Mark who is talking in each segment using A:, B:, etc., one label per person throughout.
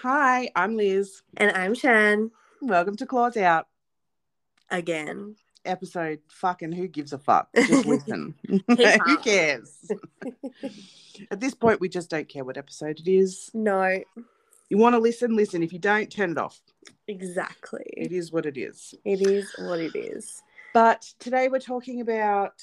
A: Hi, I'm Liz.
B: And I'm Shan
A: Welcome to Claws Out,
B: again.
A: episode fucking who gives a fuck? Just listen. who
B: up.
A: cares? At this point, we just don't care what episode it is.
B: No,
A: You want to listen? Listen. If you don't, turn it off. It
B: exactly.
A: is what it is.
B: It is what it is.
A: But today we're talking about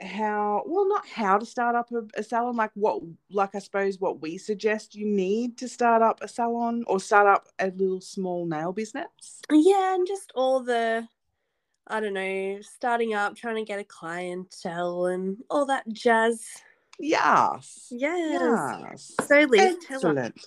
A: how, well, not how to start up a, a salon, like what, like I suppose what we suggest you need to start up a salon or start up a little small nail business.
B: Yeah, and just all the, I don't know, starting up, trying to get a clientele and all that jazz.
A: Yes.
B: Yes.
A: Yes.
B: So, Liz, tell us,
A: Excellent.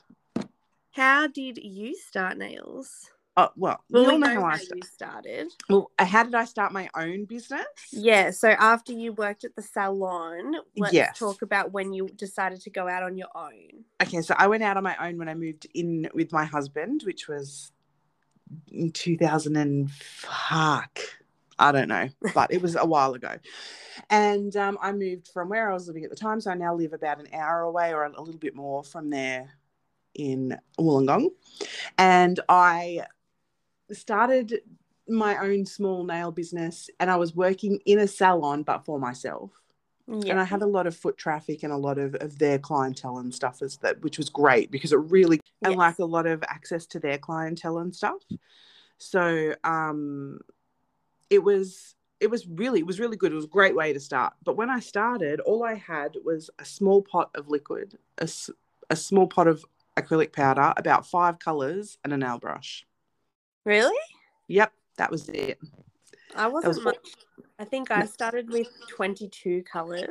B: how did you start nails?
A: Oh well, we all know how I sta-
B: you started.
A: well, uh, how did I start my own business?
B: Yeah, so after you worked at the salon, let's
A: Yes.
B: talk about when you decided to go out on your own.
A: Okay, so I went out on my own when I moved in with my husband, which was in 2000 and fuck. I don't know, but it was a while ago. And um, I moved from where I was living at the time. So I now live about an hour away or a little bit more from there in Wollongong. And I started my own small nail business and I was working in a salon, but for myself.
B: Yeah.
A: and I had a lot of foot traffic and a lot of, of their clientele and stuff as that, which was great because it really and
B: Yes. Mm.
A: like a lot of access to their clientele and stuff. So um, it was it was really it was really good. It was a great way to start. But when I started, all I had was a small pot of liquid, a, s- a small pot of acrylic powder, about five colors, and a nail brush.
B: Really?
A: Yep, that was it.
B: I wasn't
A: was-
B: much. I think I started with 22 colors.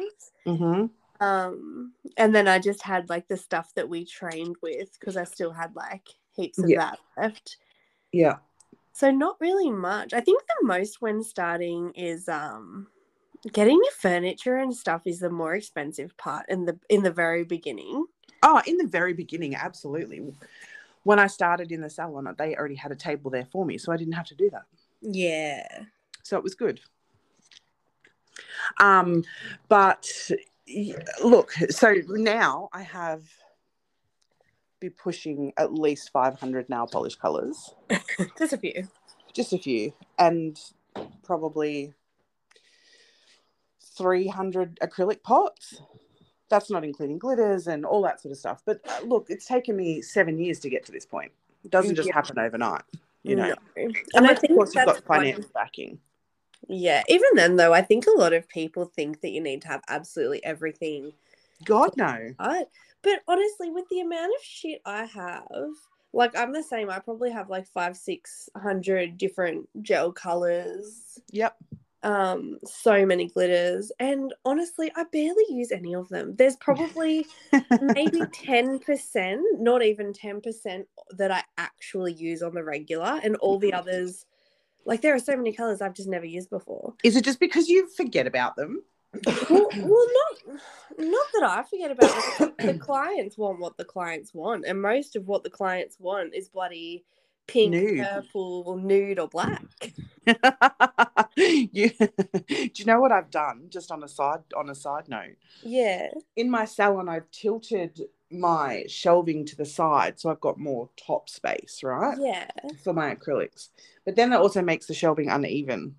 A: Mm-hmm.
B: Um, and then I just had like the stuff that we trained with because I still had like heaps of
A: Yeah.
B: that left.
A: Yeah.
B: So not really much. I think the most when starting is um getting your furniture and stuff is the more expensive part in the in the very beginning.
A: Oh, in the very beginning, absolutely. When I started in the salon, they already had a table there for me, so I didn't have to do that.
B: Yeah.
A: So it was good. Um, but y- look, so now I have be pushing at least 500 nail polish colors,
B: Just a few.
A: just a few, and probably 300 acrylic pots. That's not including glitters and all that sort of stuff. But uh, look, it's taken me seven years to get to this point. It doesn't just
B: Yeah.
A: happen overnight, you know.
B: No. And I
A: Unless,
B: think
A: of course, you've
B: that's
A: got
B: one-
A: financial backing.
B: Yeah, even then though, I think a lot of people think that you need to have absolutely everything
A: God, no.
B: I, but honestly, with the amount of shit I have, like I'm the same. I probably have like five, six hundred different gel colors,
A: Yep.
B: um, so many glitters, and honestly, I barely use any of them. There's probably maybe ten percent, not even ten percent, that I actually use on the regular, and all the others, like there are so many colors I've just never used before.
A: Is it just because you forget about them?
B: well, well, not not that I forget about it. the clients want what the clients want, and most of what the clients want is bloody pink,
A: Nude.
B: purple, or nude, or black.
A: you, do you know what I've done? Just on a side on a side note,
B: Yeah,
A: in my salon, I've tilted my shelving to the side, so I've got more top space, right,
B: yeah,
A: for my acrylics. But then that also makes the shelving uneven,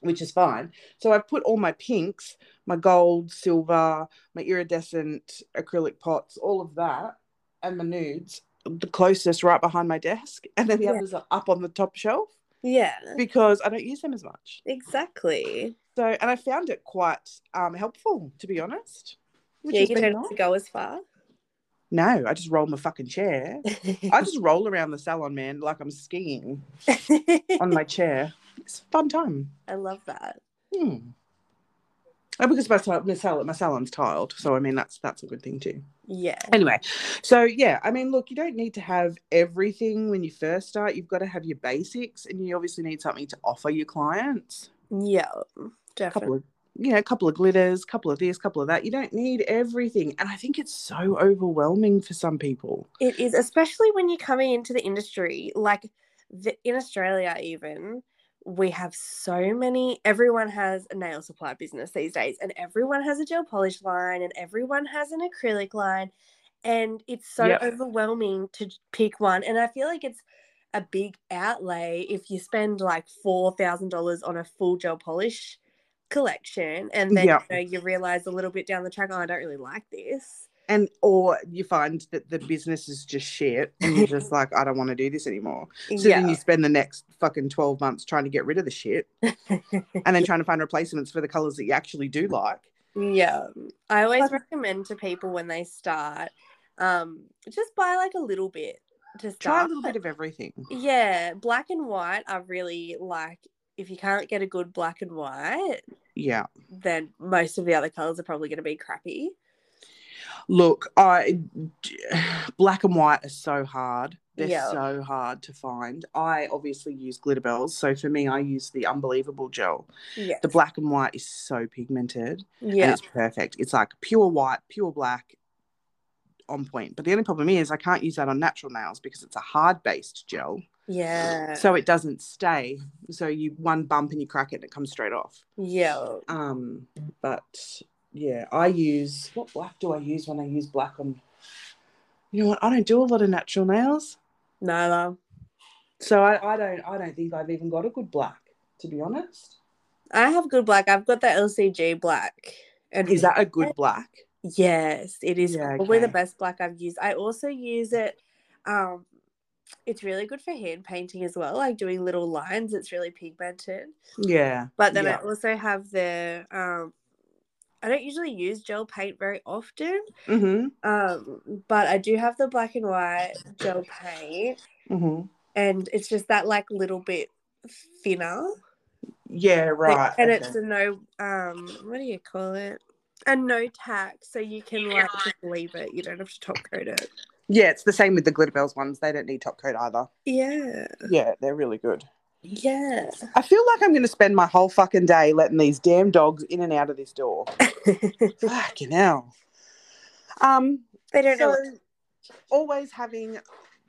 A: which is fine. So I've put all my pinks, my gold, silver, my iridescent acrylic pots, all of that, and my nudes. The closest right behind my desk, and then the
B: Yeah.
A: others are up on the top shelf.
B: yeah,
A: because I don't use them as much.
B: exactly.
A: So, and I found it quite um, helpful, to be honest. Which
B: yeah,
A: has
B: you
A: been
B: don't have
A: nice.
B: to go as far.
A: No, I just roll my fucking chair. I just roll around the salon, man, like I'm skiing on my chair. It's a fun time.
B: I love that.
A: Hmm. Oh, because my, sal- my, salon, my salon's tiled, so I mean that's that's a good thing too.
B: Yeah,
A: Anyway, so yeah, I mean, look, you don't need to have everything when you first start. You've got to have your basics, and you obviously need something to offer your clients.
B: yeah,
A: couple
B: definitely.
A: of you know, a couple of glitters, couple of this, couple of that. You don't need everything. And I think it's so overwhelming for some people.
B: It is, especially when you're coming into the industry, like the, in Australia, even we have so many everyone has a nail supply business these days and everyone has a gel polish line and everyone has an acrylic line and it's so
A: Yep.
B: overwhelming to pick one and i feel like it's a big outlay if you spend like $4000 on a full gel polish collection and then
A: Yep.
B: you, know, you realize a little bit down the track oh i don't really like this
A: and or you find that the business is just shit and you're just like i don't want to do this anymore so then you spend the next fucking 12 months trying to get rid of the shit and then trying to find replacements for the colors that you actually do like
B: Yeah. I always
A: But-
B: recommend to people when they start, um, just buy like a little bit to start.
A: try a little bit of everything
B: yeah. Black and white are really like if you can't get a good black and white,
A: yeah
B: then most of the other colours are probably gonna be crappy.
A: look i black and white are so hard they're
B: Yeah.
A: so hard to find i obviously use glitter bells so for me i use the unbelievable gel
B: Yeah.
A: the black and white is so pigmented and
B: Yeah.
A: it's perfect. It's like pure white, pure black, on point. But the only problem is I can't use that on natural nails because it's a hard based gel,
B: Yeah.
A: so it doesn't stay. So you one bump and you crack it and it comes straight off.
B: yeah.
A: Um, but yeah, I use what black do I use when I use black on? You know what? I don't do a lot of natural nails,
B: No, no.
A: so I, I don't. I don't think I've even got a good black, to be honest.
B: I have good black. I've got the LCG black. And
A: Is that a good black?
B: Yes, it is
A: Yeah,
B: probably the
A: okay.
B: best black I've used. I also use it. Um, it's really good for hand painting as well, like doing little lines. It's really pigmented.
A: Yeah,
B: But then
A: Yeah.
B: I also have the. Um, I don't usually use gel paint very often,
A: Mhm.
B: um, but I do have the black and white gel paint,
A: Mhm.
B: and it's just that like little bit thinner,
A: Yeah,
B: like-
A: right.
B: and
A: okay.
B: it's a no. Um, what do you call it? A no tack, so you can like just leave it. You don't have to top coat it.
A: Yeah, it's the same with the glitter bells ones. They don't need top coat either.
B: Yeah.
A: Yeah, they're really good.
B: Yeah.
A: I feel like I'm going to spend my whole fucking day letting these damn dogs in and out of this door. fucking hell. Um,
B: they don't
A: so
B: know.
A: always having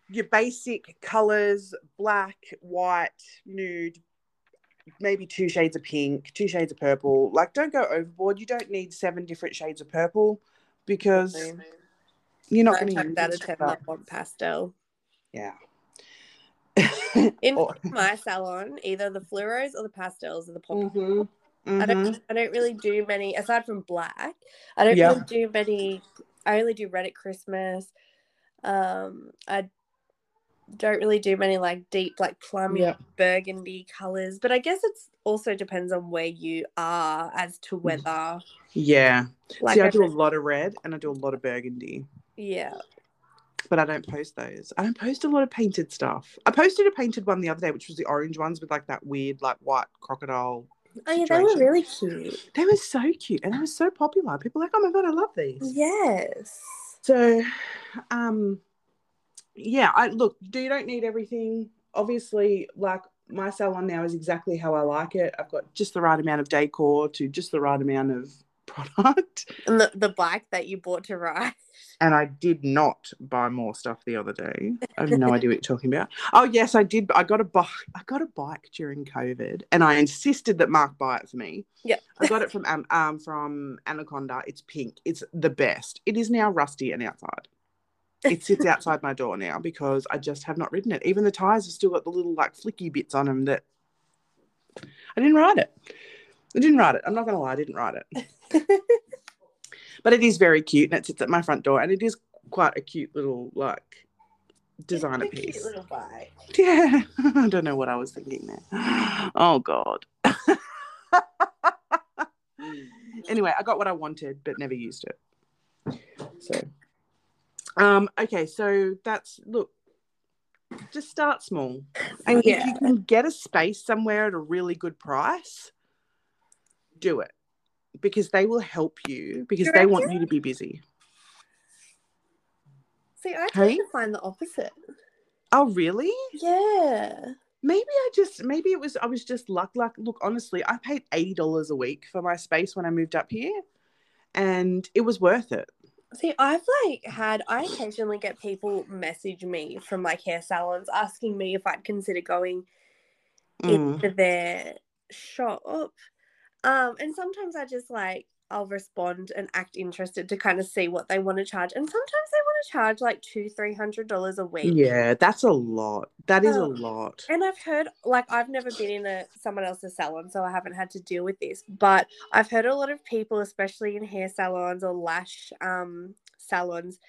A: your basic colors: black, white, nude, maybe two shades of pink, two shades of purple. Like, don't go overboard. You don't need seven different shades of purple because you're not going to
B: Nine
A: use
B: times out of
A: it.
B: ten, I want pastel.
A: Yeah.
B: In
A: Or-
B: my salon, either the fluoros or the pastels are the popular.
A: Mhm.
B: I
A: Mhm.
B: don't. I don't really do many aside from black. I don't
A: Yeah.
B: really do many. I only do red at Christmas. Um, I don't really do many like deep, like plum
A: Yeah.
B: burgundy colors. But I guess it's also depends on where you are as to whether
A: Yeah.
B: like
A: Mm. See, I
B: I
A: do a
B: don't-
A: lot of red and I do a lot of burgundy,
B: yeah.
A: but I don't post those. I don't post a lot of painted stuff. I posted a painted one the other day, which was the orange ones with like that weird, like white crocodile.
B: Oh yeah, they were
A: situation.
B: really cute.
A: They were so cute and they were so popular. People were like, oh my god, I love these.
B: Yes.
A: So, um, yeah, I look. Do you don't need everything? Obviously, like my salon now is exactly how I like it. I've got just the right amount of decor to just the right amount of product.
B: And the, the bike that you bought to ride.
A: and I did not buy more stuff the other day. I have no idea what you're talking about. Oh yes, I did. I got a bike. I got a bike during COVID, and I insisted that Mark buy it for me.
B: Yep.
A: I got it from um, um from Anaconda. It's pink. It's the best. It is now rusty and outside. It sits outside my door now because I just have not ridden it. Even the tires have still got the little like flicky bits on them that I didn't ride it. I didn't ride it. I'm not gonna lie, I didn't ride it but it is very cute and it sits at my front door and it is quite a cute little like designer
B: It's a cute
A: piece
B: little bike.
A: yeah i don't know what i was thinking there oh god anyway i got what i wanted but never used it so um okay so that's look just start small and if
B: Yeah.
A: you can get a space somewhere at a really good price do it because they will help you because
B: You
A: they want
B: reckon?
A: you to be busy
B: See, I
A: Hey?
B: tend to find the opposite.
A: oh really
B: Yeah.
A: Maybe I just maybe it was I was just luck luck. Look, honestly, I paid eighty dollars a week for my space when I moved up here, and it was worth it.
B: See, I've like had I occasionally get people message me from like hair salons asking me if I'd consider going
A: Mm.
B: into their shop. Um, and sometimes I just like I'll respond and act interested to kind of see what they want to charge. And sometimes they want to charge like two, three hundred dollars a week.
A: Yeah, that's a lot. That is a
B: Um,
A: lot.
B: And I've heard, like, I've never been in a someone else's salon, so I haven't had to deal with this. But I've heard a lot of people, especially in hair salons or lash um, salons,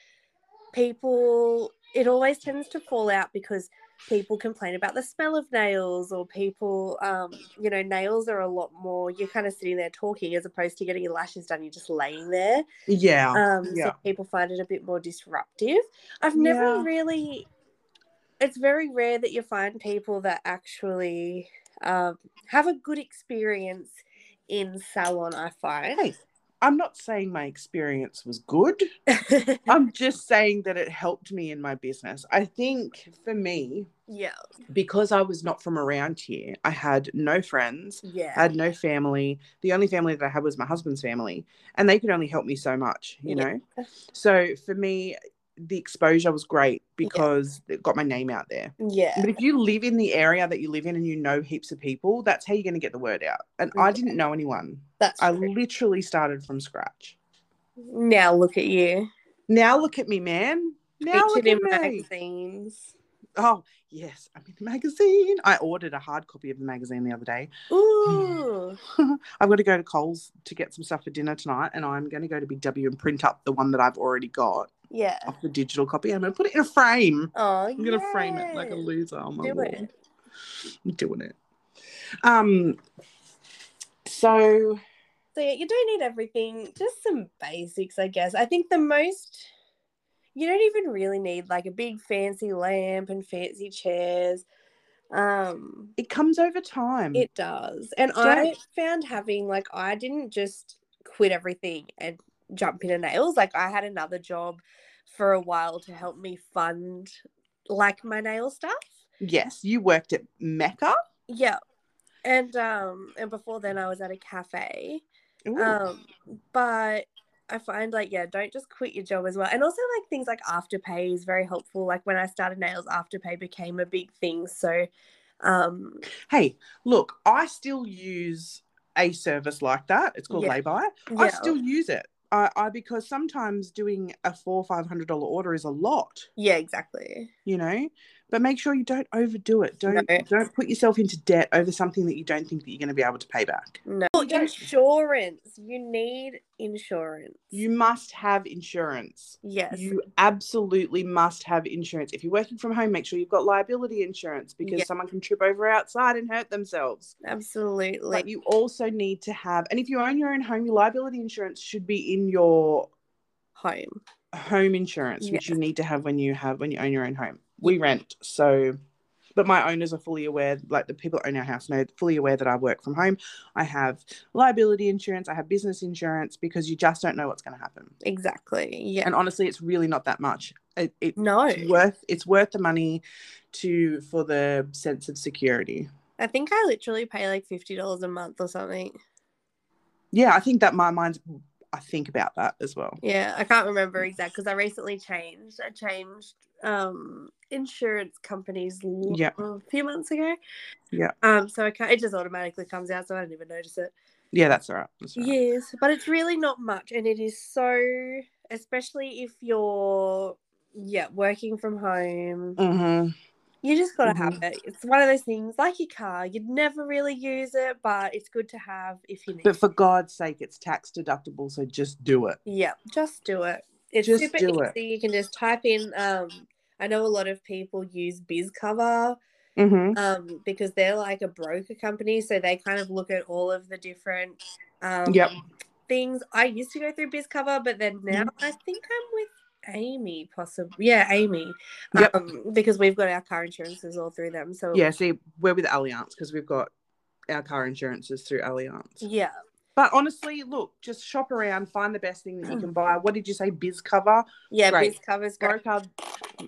B: people. It always tends to fall out because people complain about the smell of nails, or people, um, you know, nails are a lot more. You're kind of sitting there talking as opposed to getting your lashes done. You're just laying there.
A: Yeah.
B: Um,
A: yeah.
B: So people find it a bit more disruptive. I've never
A: Yeah.
B: really. It's very rare that you find people that actually um, have a good experience in salon. I find.
A: Hey, I'm not saying my experience was good. I'm just saying that it helped me in my business. I think for me,
B: yeah.
A: because I was not from around here, I had no friends,
B: Yeah.
A: I had no family. The only family that I had was my husband's family, and they could only help me so much, you
B: Yeah.
A: know? So for me, the exposure was great because it got my name out there.
B: yeah.
A: But if you live in the area that you live in and you know heaps of people, that's how you're going to get the word out. And I
B: Yeah.
A: didn't know anyone.
B: That's
A: I
B: true.
A: literally started from scratch.
B: now look at you.
A: Now look at me, man. Now look
B: Featured
A: at
B: in
A: me.
B: magazines.
A: Oh, yes. I'm in the magazine. I ordered a hard copy of the magazine the other day. Hmm.
B: Ooh.
A: I've got to go to Coles to get some stuff for dinner tonight, and I'm going to go to Big W and print up the one that I've already got
B: Yeah.
A: off the digital copy. I'm going to put it in a frame.
B: Oh.
A: I'm going to frame it like a
B: yes.
A: loser on my
B: Do
A: wall.
B: it.
A: I'm doing it. Um. So
B: So yeah, you don't need everything, just some basics, I guess. I think the most you don't even really need like a big fancy lamp and fancy chairs. Um
A: it comes over time.
B: it does. And I
A: Mm. Don't-
B: found having like I didn't just quit everything and jump into nails. Like I had another job for a while to help me fund like my nail stuff.
A: yes, you worked at Mecca.
B: Yeah. And um and before then I was at a cafe.
A: Ooh.
B: um but i find like yeah don't just quit your job as well and also like things like afterpay is very helpful like when i started nails afterpay became a big thing so um
A: hey, look, I still use a service like that. It's called
B: Yeah.
A: Layby. I
B: yeah
A: still use it. I, I because sometimes doing a four five hundred dollar order is a lot,
B: yeah exactly
A: you know. But make sure you don't overdo it. Don't
B: No.
A: don't put yourself into debt over something that you don't think that you're going to be able to pay back.
B: no
A: You don't-
B: insurance you need insurance
A: You must have insurance.
B: yes
A: You absolutely must have insurance. If you're working from home, make sure you've got liability insurance because
B: Yeah.
A: someone can trip over outside and hurt themselves.
B: absolutely
A: But you also need to have, and if you own your own home, your liability insurance should be in your
B: home
A: home insurance, which you need to have when you have when you own your own home. We rent, so but my owners are fully aware, like the people that own our house know fully aware that I work from home. I have liability insurance, I have business insurance because you just don't know what's gonna happen.
B: exactly yeah
A: And honestly, it's really not that much. It, it
B: no
A: it's worth it's worth the money to for the sense of security.
B: i think i literally pay like $50 a month or something
A: Yeah, I think that my mind's I think about that as well.
B: Yeah, I can't remember
A: Mm.
B: exact because I recently changed. I changed um insurance companies l-
A: Yeah.
B: a few months ago.
A: Yeah.
B: Um, so I can't, it just automatically comes out, so I didn't even notice it.
A: Yeah, that's all right. That's all right.
B: Yes, but it's really not much, and it is so, especially if you're, yeah, working from home.
A: Mm-hmm.
B: You just gotta
A: Mhm.
B: have it. It's one of those things like your car. You'd never really use it, but it's good to have if you need.
A: But for God's sake, it's tax deductible, so just do it.
B: Yeah, just do it. It's
A: Just
B: super
A: do it.
B: easy. You can just type in. Um, I know a lot of people use BizCover
A: Mm-hmm.
B: um, because they're like a broker company, so they kind of look at all of the different um,
A: Yep.
B: things. I used to go through BizCover, but then now
A: Mm-hmm.
B: I think I'm with Amy, possibly. Yeah, Amy.
A: Yep.
B: Um, because we've got our car insurances all through them. So
A: Yeah, see, we're with Allianz because we've got our car insurances through Allianz.
B: yeah,
A: But honestly, look, just shop around, find the best thing that you can buy. What did you say? Biz cover,
B: yeah.
A: Great.
B: BizCover's great.
A: broker,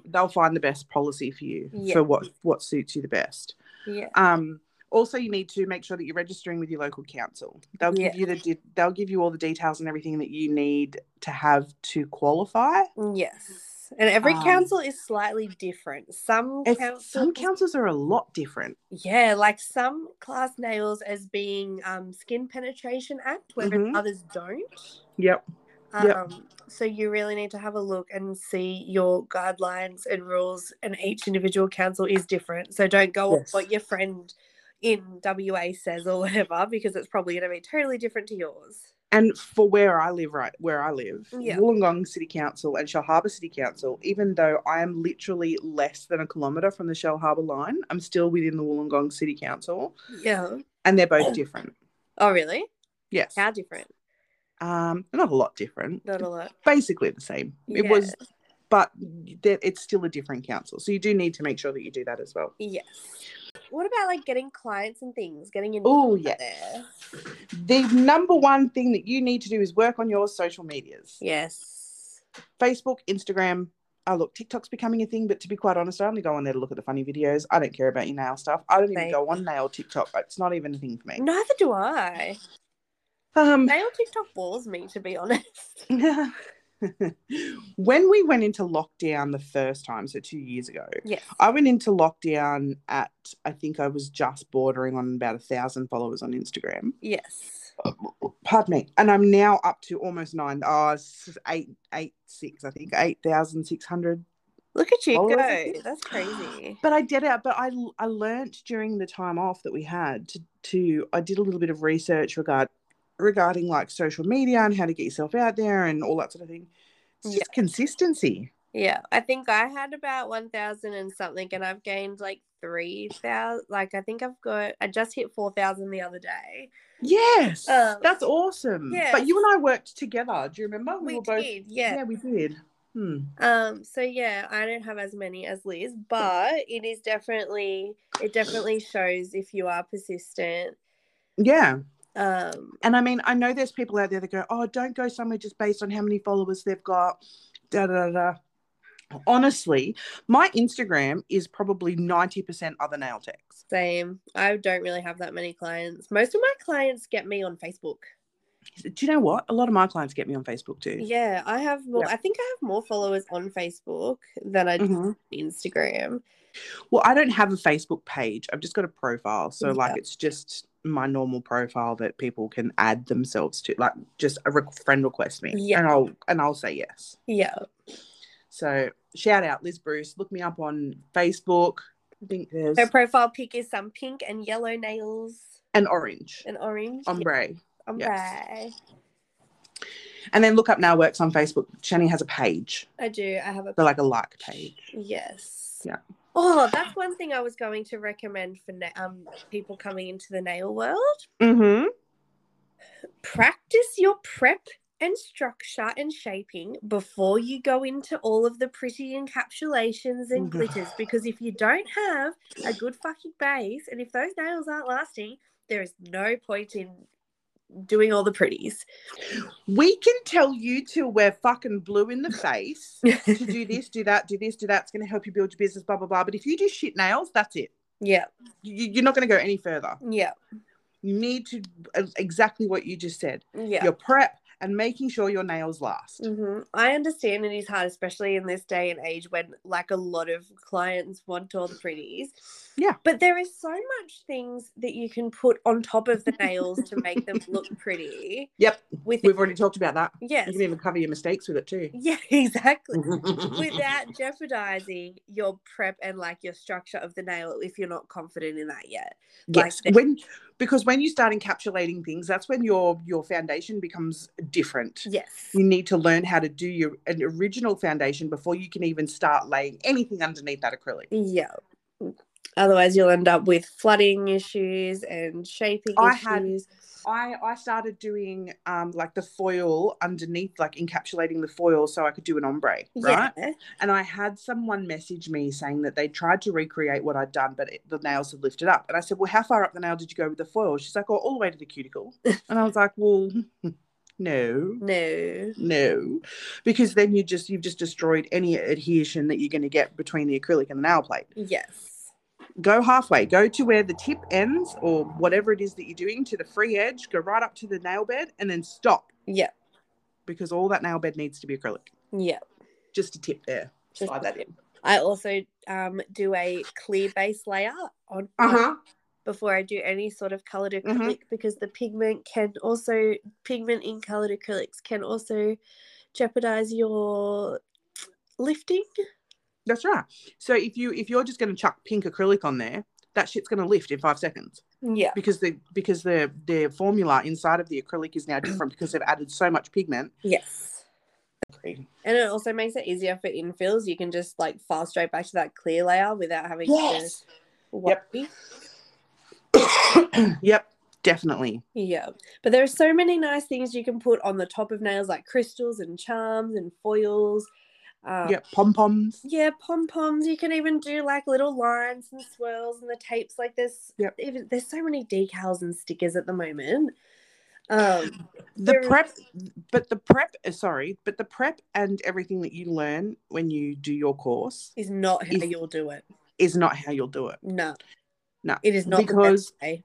A: they'll find the best policy for you
B: Yeah.
A: for what what suits you the best.
B: Yeah,
A: Um, also, you need to make sure that you're registering with your local council. They'll give
B: Yeah.
A: you the de- they'll give you all the details and everything that you need to have to qualify.
B: yes. And every
A: Um,
B: council is slightly different. Some
A: It's-
B: councils,
A: some councils are a lot different.
B: yeah, like some class nails as being um, skin penetration act, whereas
A: Mhm.
B: others don't.
A: Yep.
B: Um,
A: Yep.
B: So you really need to have a look and see your guidelines and rules, and each individual council is different. So don't go
A: Yes.
B: off what your friend in WA says or whatever, because it's probably going to be totally different to yours.
A: And for where I live, right where I live,
B: Yeah.
A: Wollongong City Council and Shell Harbour City Council, even though I am literally less than a kilometre from the Shell Harbour line, I'm still within the Wollongong City Council,
B: Yeah.
A: and they're both different.
B: Oh, really?
A: Yes,
B: How different?
A: um, not a lot different.
B: Not a lot.
A: Basically the same. It
B: Yeah.
A: was, but there- it's still a different council, so you do need to make sure that you do that as well.
B: Yes. What about like getting clients and things, getting in
A: Oh yeah.
B: there?
A: The number one thing that you need to do is work on your social medias.
B: Yes.
A: Facebook, Instagram. Oh, look, TikTok's becoming a thing, but to be quite honest, I only go on there to look at the funny videos. I don't care about your nail stuff. I don't even
B: Same.
A: go on nail TikTok. It's not even a thing for me.
B: Neither do I.
A: Um,
B: Nail TikTok bores me, to be honest.
A: when we went into lockdown the first time, so two years ago,
B: Yes.
A: I went into lockdown at, I think I was just bordering on about a thousand followers on Instagram.
B: Yes.
A: Pardon me. And I'm now up to almost nine, oh, s- eight, eight, six, I think, 8,600
B: Look at you
A: Followers, I
B: go.
A: think.
B: That's crazy.
A: But I did it. But I I learnt during the time off that we had to to I did a little bit of research regard regarding like social media and how to get yourself out there and all that sort of thing. It's just consistency.
B: Yeah, I think I had about 1,000 and something, and I've gained like 3,000. Like, I think I've got, I just hit 4,000 the other day.
A: Yes,
B: Um,
A: that's awesome. But you and I worked together. Do you remember?
B: We,
A: were
B: did, yeah.
A: Yeah, we did. Hmm.
B: Um, so yeah, I don't have as many as Liz, but it is definitely, it definitely shows if you are persistent.
A: Yeah,
B: Um,
A: and I mean, I know there's people out there that go, "Oh, don't go somewhere just based on how many followers they've got." Da da da. da." Honestly, my Instagram is probably ninety percent other nail techs.
B: same. I don't really have that many clients. Most of my clients get me on Facebook.
A: Do you know what? A lot of my clients get me on Facebook too.
B: Yeah, I have more.
A: Yeah.
B: I think I have more followers on Facebook than I do
A: Mhm.
B: on Instagram.
A: Well, I don't have a Facebook page. I've just got a profile. So,
B: Yeah.
A: like, it's just my normal profile that people can add themselves to, like, just a re- friend request me,
B: Yeah.
A: and I'll and I'll say yes.
B: Yeah.
A: So, shout out Liz Bruce. Look me up on Facebook. I think there's
B: Her profile pic is some pink and yellow nails
A: an orange
B: and orange.
A: ombre,
B: Yeah,
A: Um, yes.
B: ombre.
A: and then look up Now Works on Facebook. Shani has a page,
B: I do. I have a
A: so like a like page.
B: yes.
A: Yeah.
B: Oh, that's one thing I was going to recommend for na- um people coming into the nail world.
A: Mm-hmm.
B: Practice your prep and structure and shaping before you go into all of the pretty encapsulations and
A: Mhm.
B: glitters because if you don't have a good fucking base and if those nails aren't lasting, there is no point in doing all the pretties.
A: We can tell you till we're fucking blue in the face. to do this, do that, do this, do that. It's going to help you build your business, blah, blah, blah. But if you do shit nails, that's it.
B: yeah.
A: You, you're not going to go any further.
B: Yeah.
A: You need to uh, exactly what you just said
B: Yeah.
A: your prep and making sure your nails last.
B: hmm I understand it is hard, especially in this day and age when, like, a lot of clients want all the pretties.
A: Yeah.
B: But there is so much things that you can put on top of the nails to make them look pretty.
A: Yep.
B: With
A: We've already talked about that.
B: yes.
A: You can even cover your mistakes with it too.
B: Yeah, exactly. Without jeopardizing your prep and like your structure of the nail if you're not confident in that yet.
A: yes.
B: like-
A: when because when you start encapsulating things, that's when your your foundation becomes different.
B: Yes.
A: You need to learn how to do your an original foundation before you can even start laying anything underneath that acrylic.
B: Yeah. Otherwise, you'll end up with flooding issues and shaping
A: I had-
B: issues.
A: I I started doing um like the foil underneath, like encapsulating the foil, so I could do an ombre, right?
B: Yeah.
A: And I had someone message me saying that they tried to recreate what I'd done, but it, the nails had lifted up. And I said, "Well, how far up the nail did you go with the foil?" She's like, "Oh, all the way to the cuticle." and I was like, "Well, no."
B: No.
A: No, because then you just you've just destroyed any adhesion that you're going to get between the acrylic and the nail plate.
B: Yes.
A: go halfway go to where the tip ends or whatever it is that you're doing to the free edge go right up to the nail bed and then stop
B: Yeah.
A: because all that nail bed needs to be acrylic
B: Yeah.
A: just a tip there
B: Just-
A: slide that in.
B: I also um, do a clear base layer on
A: Uh huh.
B: before I do any sort of colored acrylic
A: Mhm.
B: because the pigment can also pigment in colored acrylics can also jeopardize your lifting.
A: That's right. So if you if you're just going to chuck pink acrylic on there, that shit's going to lift in five seconds
B: Yeah.
A: because the because the the formula inside of the acrylic is now different because they've added so much pigment.
B: Yes. And it also makes it easier for infills. You can just like file straight back to that clear layer without having
A: Yes.
B: to worry.
A: yep. Definitely.
B: Yeah. But there are so many nice things you can put on the top of nails like crystals and charms and foils. Um,
A: Yep. Pom poms.
B: Yeah, pom poms. You can even do like little lines and swirls and the tapes. Like there's
A: Yep.
B: even there's so many decals and stickers at the moment. Um,
A: The
B: There is-
A: prep, but the prep. uh, Sorry, but the prep and everything that you learn when you do your course
B: is not how
A: Is-
B: you'll do it.
A: is not how you'll do it.
B: No,
A: No,
B: it is not
A: because
B: the best way.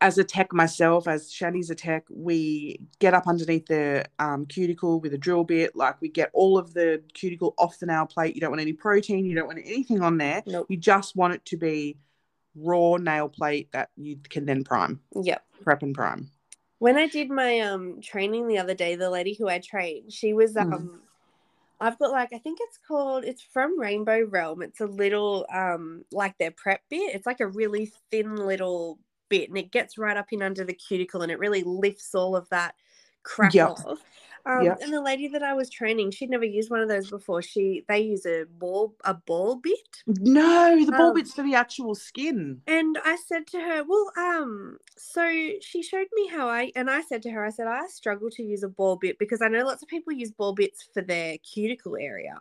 A: as a tech myself, as Shani's a tech, we get up underneath the um, cuticle with a drill bit. Like we get all of the cuticle off the nail plate. You don't want any protein. You don't want anything on there.
B: Nope.
A: You just want it to be raw nail plate that you can then prime,
B: Yep.
A: prep and prime.
B: When I did my um training the other day, the lady who I trained, she was um
A: Mm.
B: I've got like I think it's called it's from Rainbow Realm. It's a little um like their prep bit. It's like a really thin little bit and it gets right up in under the cuticle and it really lifts all of that crap
A: Yep.
B: off. Um,
A: Yep.
B: and the lady that I was training, she'd never used one of those before. She they use a ball a ball bit
A: No, the ball
B: Um,
A: bit's for the actual skin.
B: and I said to her, "Well, um, so she showed me how I." And I said to her, "I said I struggle to use a ball bit because I know lots of people use ball bits for their cuticle area,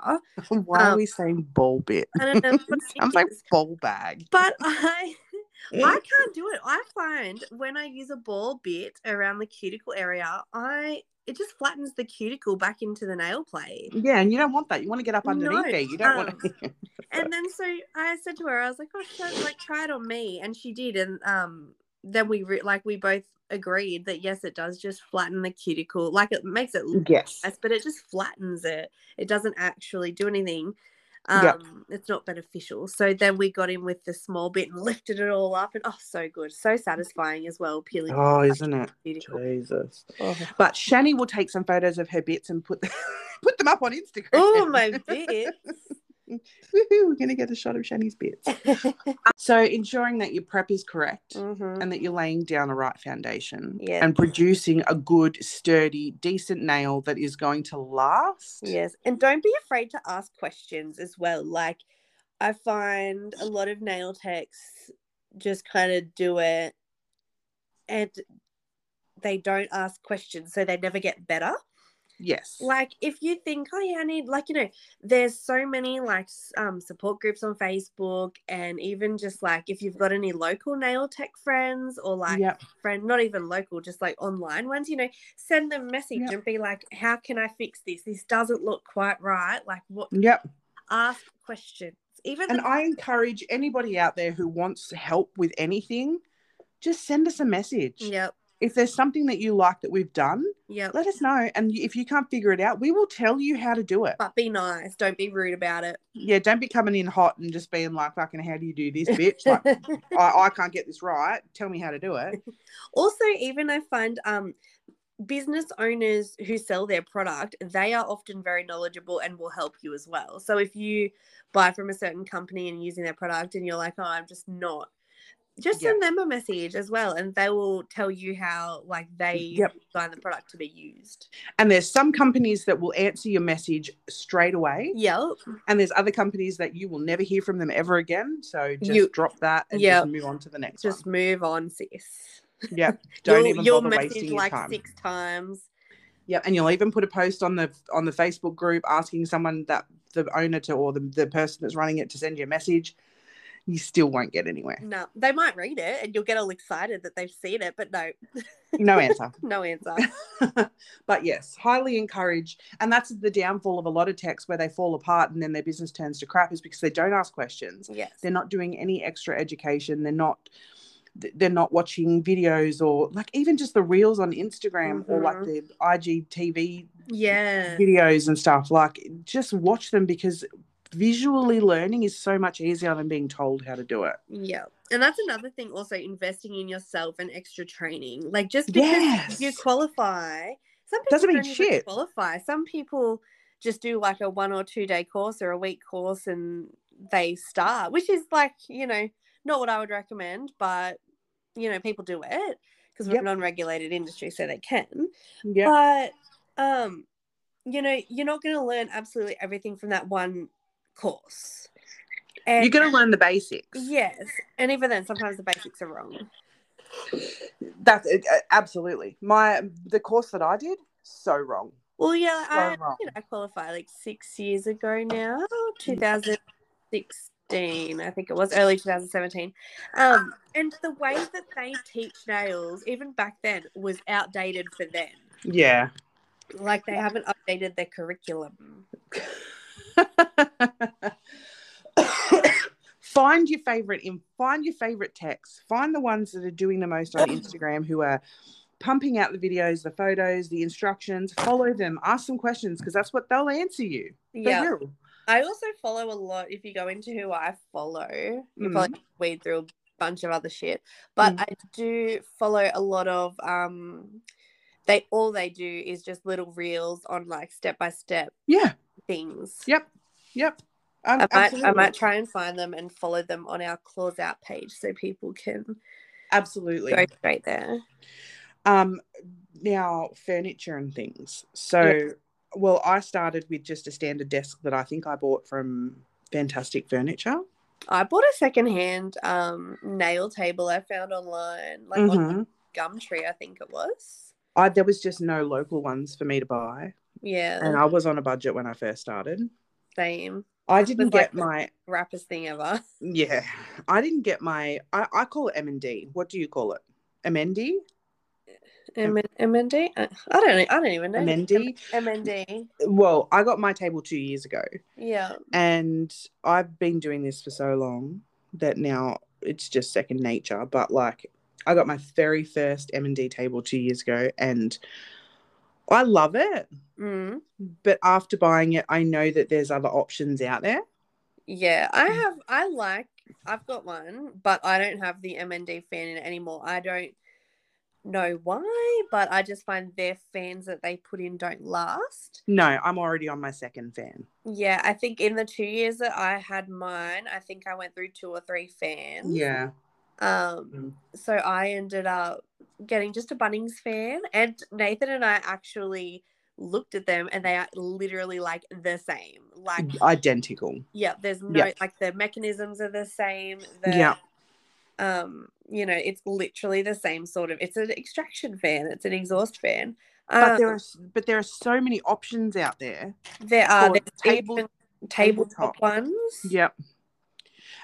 A: Why are
B: um,
A: we saying ball bit?
B: I don't know what it
A: Sounds like
B: is.
A: ball bag.
B: but I I can't do it. I find when I use a ball bit around the cuticle area, I it just flattens the cuticle back into the nail plate.
A: Yeah, and you don't want that. You want to get up underneath
B: No,
A: there. You don't want
B: um, And then so I said to her, I was like, "Oh, shit, like try it on me," and she did, and um, then we re- like we both agreed that yes, it does just flatten the cuticle, like it makes it look
A: yes.
B: nice, but it just flattens it. It doesn't actually do anything. Um,
A: Yep.
B: it's not beneficial. So then we got in with the small bit and lifted it all up, and oh, so good, so satisfying as well, peeling
A: Oh, isn't it?
B: the cuticle.
A: Jesus.
B: Oh.
A: But Shani will take some photos of her bits and put put them up on Instagram.
B: Ooh, Oh, my bits.
A: Woohoo, we're gonna get a shot of Shani's bits. so ensuring that your prep is correct
B: Mhm.
A: and that you're laying down a right foundation
B: Yeah.
A: and producing a good, sturdy, decent nail that is going to last.
B: Yes. And don't be afraid to ask questions as well. Like, I find a lot of nail techs just kind of do it and they don't ask questions. So they never get better.
A: Yes.
B: Like, if you think, oh, yeah, I need, like, you know, there's so many like s- um, support groups on Facebook. And even just like if you've got any local nail tech friends or like,
A: yep.
B: friend, not even local, just like online ones, you know, send them a message
A: Yep.
B: and be like, how can I fix this? This doesn't look quite right. Like, what?
A: Yep.
B: Ask questions. Even
A: And
B: the-
A: I encourage anybody out there who wants help with anything, just send us a message.
B: Yep.
A: If there's something that you like that we've done,
B: Yep.
A: let us know. And if you can't figure it out, we will tell you how to do it.
B: But be nice. Don't be rude about it.
A: Yeah, don't be coming in hot and just being like, fucking, how do you do this, bitch? Like, I, I can't get this right. Tell me how to do it.
B: also, even I find um business owners who sell their product, they are often very knowledgeable and will help you as well. So if you buy from a certain company and using their product and you're like, oh, I'm just not just
A: Yeah.
B: send them a message as well and they will tell you how like they
A: Yep.
B: design the product to be used
A: And there's some companies that will answer your message straight away.
B: yep
A: And there's other companies that you will never hear from them ever again. So just
B: You-
A: drop that and
B: Yeah.
A: just move on to the next
B: just move on sis
A: one. Yep. Don't
B: you'll,
A: even
B: you'll
A: bother
B: message
A: wasting
B: like
A: your time.
B: six times
A: Yep. And you'll even put a post on the on the Facebook group asking someone that the owner to or the, the person that's running it to send you a message. You still won't get anywhere.
B: no they might read it and you'll get all excited that they've seen it but no
A: No answer.
B: no answer
A: but yes, highly encourage. And that's the downfall of a lot of techs where they fall apart and then their business turns to crap is because they don't ask questions.
B: yes
A: They're not doing any extra education. They're not th- they're not watching videos or like even just the reels on Instagram or like
B: Mhm.
A: the IGTV
B: yeah
A: videos and stuff. Like just watch them because visually learning is so much easier than being told how to do it.
B: Yeah. And that's another thing also investing in yourself and extra training. Like just because
A: Yes.
B: you qualify, some people
A: Doesn't mean
B: don't even
A: shit.
B: qualify. Some people just do like a one or two day course or a week course and they start, which is like, you know, not what I would recommend, but you know, people do it because we're
A: Yep.
B: a non-regulated industry so they can.
A: Yeah.
B: But um you know, you're not going to learn absolutely everything from that one course. And
A: You're going to learn the basics.
B: Yes, and even then, sometimes the basics are wrong.
A: That's it, uh, absolutely. My the course that I did so wrong.
B: Well, yeah,
A: So
B: I,
A: wrong.
B: did I qualify like six years ago now, 2016, I think it was early 2017. Um, and the way that they teach nails, even back then, was outdated for them.
A: Yeah.
B: Like they haven't updated their curriculum.
A: find your favorite in find your favorite texts. Find the ones that are doing the most on Instagram who are pumping out the videos, the photos, the instructions. Follow them. Ask some questions because that's what they'll answer you. They
B: Yeah,
A: will.
B: I also follow a lot. If you go into who I follow, you
A: Mm.
B: probably weed through a bunch of other shit, but
A: Hmm.
B: I do follow a lot of um. They all they do is just little reels on like step by step
A: Yeah.
B: things.
A: Yep. Yep. Um,
B: I might, I
A: absolutely.
B: might try and find them and follow them on our closeout page so people can
A: Absolutely.
B: go straight there.
A: um now furniture and things so
B: Yeah.
A: well i started with just a standard desk that i think i bought from fantastic furniture
B: I bought a secondhand um nail table I found online, like on
A: Mhm.
B: Gumtree, I think it was.
A: I, there was just no local ones for me to buy
B: Yeah,
A: and i was on a budget when i first started
B: same
A: i didn't
B: With, like,
A: get my
B: rappers thing ever.
A: yeah i didn't get my i, I call it m&d what do you call it mnd
B: M- MND? Uh, I don't know. I don't even know.
A: mnd
B: M- MND.
A: well i got my table two years ago
B: Yeah.
A: and I've been doing this for so long that now it's just second nature. But like, I got my very first M and D table two years ago, and I love it.
B: Mm.
A: But after buying it, I know that there's other options out there.
B: Yeah. I
A: Mm.
B: have, I like, I've got one, but I don't have the MND fan in it anymore. I don't know why, but I just find their fans that they put in don't last.
A: No, I'm already on my second fan.
B: Yeah. I think in the two years that I had mine, I think I went through two or three fans.
A: Yeah,
B: Um,
A: Mm.
B: so I ended up getting just a Bunnings fan, and Nathan and I actually looked at them, and they are literally like the same. Like,
A: identical.
B: yeah, there's no
A: Mm-hmm. Yeah.
B: like the mechanisms are the same. The,
A: Yeah.
B: Um, you know, it's literally the same sort of. It's an extraction fan. It's an exhaust fan.
A: But
B: Um,
A: there are but there are so many options out there.
B: there are
A: for
B: there's
A: table-
B: even tabletop
A: tabletop.
B: ones.
A: Yep.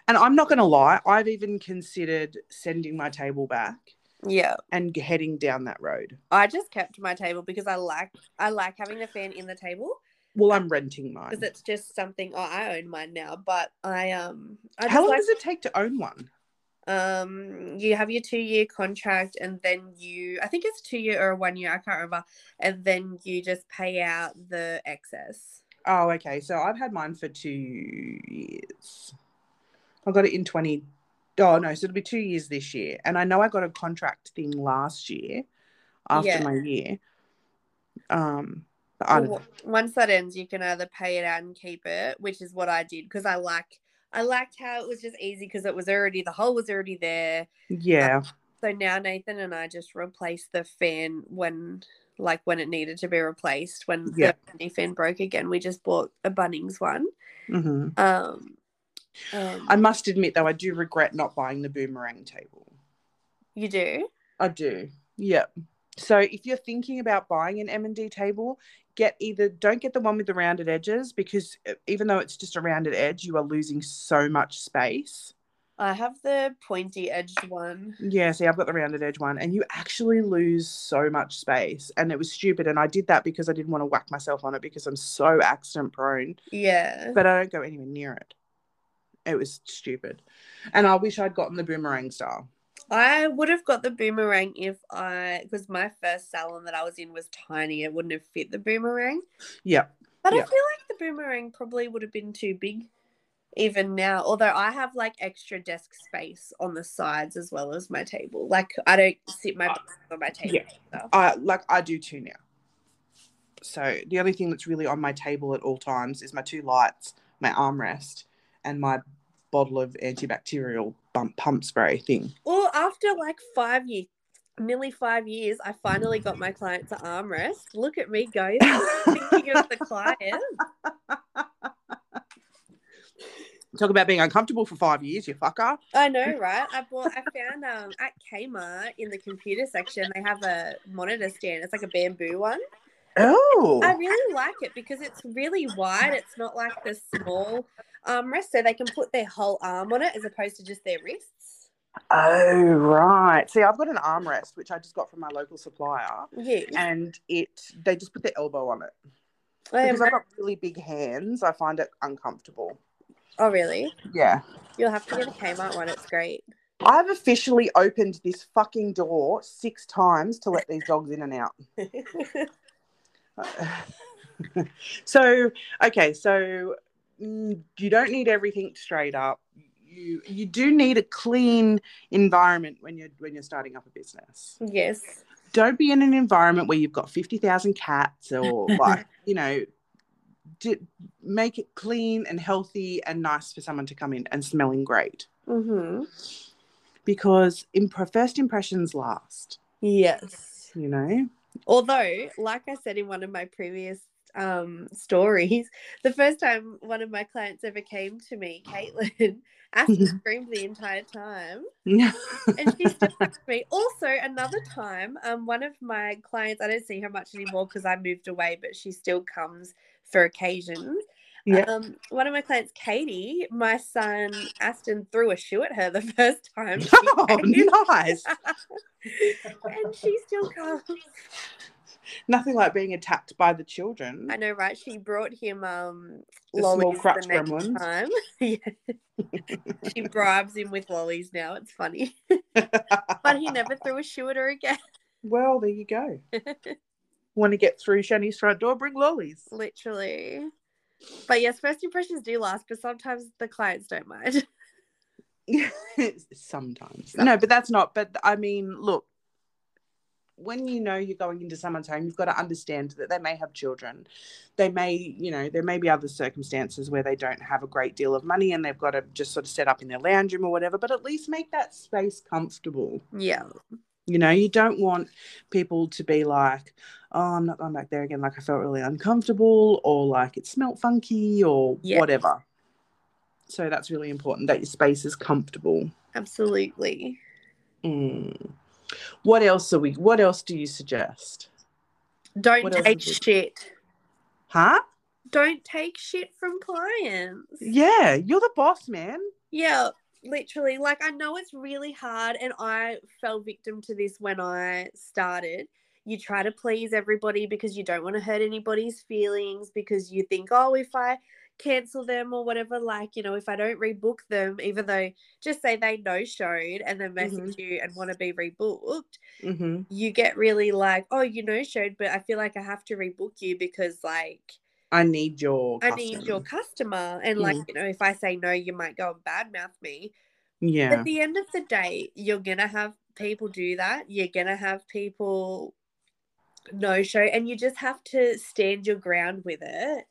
A: And I'm not going to lie, I've even considered sending my table back
B: Yeah.
A: and heading down that road.
B: I just kept my table because I like I like having the fan in the table.
A: Well, I'm renting mine.
B: because it's just something oh, I own mine now. But I um
A: How
B: I just
A: long
B: like
A: does it take to own one?
B: um you have your two year contract and then you I think it's two year or one year I can't remember and then you just pay out the excess.
A: Oh, okay. So I've had mine for two years. I got it in 20. Oh, no. So it'll be two years this year. And I know I got a contract thing last year after
B: Yeah.
A: my year. Um, but I don't know.
B: Well, Once that ends, you can either pay it out and keep it, which is what I did because I like I liked how it was just easy because it was already the hole was already there.
A: Yeah.
B: So now Nathan and I just replace the fan when like when it needed to be replaced when
A: Yeah.
B: the mini fan broke again. We just bought a Bunnings one.
A: hmm
B: Um, um,
A: I must admit, though, I do regret not buying the boomerang table.
B: you do?
A: I do. Yep. So if you're thinking about buying an M&D table, get either don't get the one with the rounded edges because uh, even though it's just a rounded edge, you are losing so much space.
B: I have the pointy edged one.
A: Yeah, see I've got the rounded edge one and you actually lose so much space and it was stupid and I did that because I didn't want to whack myself on it because I'm so accident prone,
B: Yeah.
A: but I don't go anywhere near it. It was stupid. And I wish I'd gotten the boomerang style.
B: I would have got the boomerang if I, because my first salon that I was in was tiny. It wouldn't have fit the boomerang.
A: Yep.
B: But
A: Yeah.
B: I feel like the boomerang probably would have been too big even now. Although I have like extra desk space on the sides as well as my table. Like I don't sit my on my table.
A: Uh, Yeah.
B: so.
A: I like I do too now. So the only thing that's really on my table at all times is my two lights, my armrest, and my bottle of antibacterial bump pump spray thing.
B: Well, after like five years, nearly five years, I finally got my client to armrest. Look at me go. Thinking of the client.
A: Talk about being uncomfortable for five years, you fucker.
B: I know, right? I bought, I found um at Kmart in the computer section they have a monitor stand. It's like a bamboo one.
A: Oh,
B: I really like it because it's really wide. It's not like the small armrest, so they can put their whole arm on it as opposed to just their wrists.
A: oh right. See, I've got an armrest which I just got from my local supplier,
B: Yeah,
A: and it they just put their elbow on it
B: I am-
A: because I've got really big hands. I find it uncomfortable.
B: oh really?
A: Yeah.
B: You'll have to get a Kmart one. It's great.
A: I've officially opened this fucking door six times to let these dogs in and out. so, okay, so mm, you don't need everything straight up. You you do need a clean environment when you're when you're starting up a business.
B: yes.
A: Don't be in an environment where you've got fifty thousand cats or like you know. d make it clean and healthy and nice for someone to come in and smelling great
B: Mhm.
A: because impre- first impressions last.
B: Yes.
A: you know.
B: Although, like I said in one of my previous um, stories, the first time one of my clients ever came to me, Caitlin, Ashley screamed the entire time. And she still comes to me. Also, another time, um, one of my clients, I don't see her much anymore because I moved away, but she still comes for occasions.
A: Yeah.
B: Um, one of my clients, Katie, my son Aston threw a shoe at her the first time. she
A: oh,
B: came.
A: nice.
B: and she still comes.
A: Nothing like being attacked by the children.
B: I know, right? She brought him um
A: The small
B: lollies the
A: crutch
B: next
A: gremlins.
B: time. yeah. she bribes him with lollies now. It's funny, but he never threw a shoe at her again.
A: well, there you go. Want to get through Shani's front door? Bring lollies.
B: Literally. But yes, first impressions do last, but sometimes the clients don't mind.
A: Sometimes. No, but that's not. But I mean, look, when you know you're going into someone's home, you've got to understand that they may have children. They may, you know, there may be other circumstances where they don't have a great deal of money and they've got to just sort of set up in their lounge room or whatever, but at least make that space comfortable.
B: Yeah.
A: You know, you don't want people to be like, oh, I'm not going back there again. Like, I felt really uncomfortable or like it smelt funky or
B: Yeah.
A: whatever. So, that's really important that your space is comfortable.
B: Absolutely.
A: Mm. What else are we, what else do you suggest?
B: Don't
A: What else
B: take
A: is it?
B: shit.
A: Huh?
B: Don't take shit from clients.
A: Yeah, you're the boss, man.
B: Yeah, literally. Like, I know it's really hard, and I fell victim to this when I started. You try to please everybody because you don't want to hurt anybody's feelings, because you think, oh, if I cancel them or whatever, like, you know, if I don't rebook them, even though just say they no showed and then message you and want to be rebooked,
A: Mm-hmm.
B: you get really like, oh, you no showed, but I feel like I have to rebook you because, like,
A: I need your.
B: I need your
A: custom.
B: customer. And like, you know, if I say no, you might go and badmouth me.
A: Yeah.
B: At the end of the day, you're gonna have people do that. You're gonna have people no show, and you just have to stand your ground with it.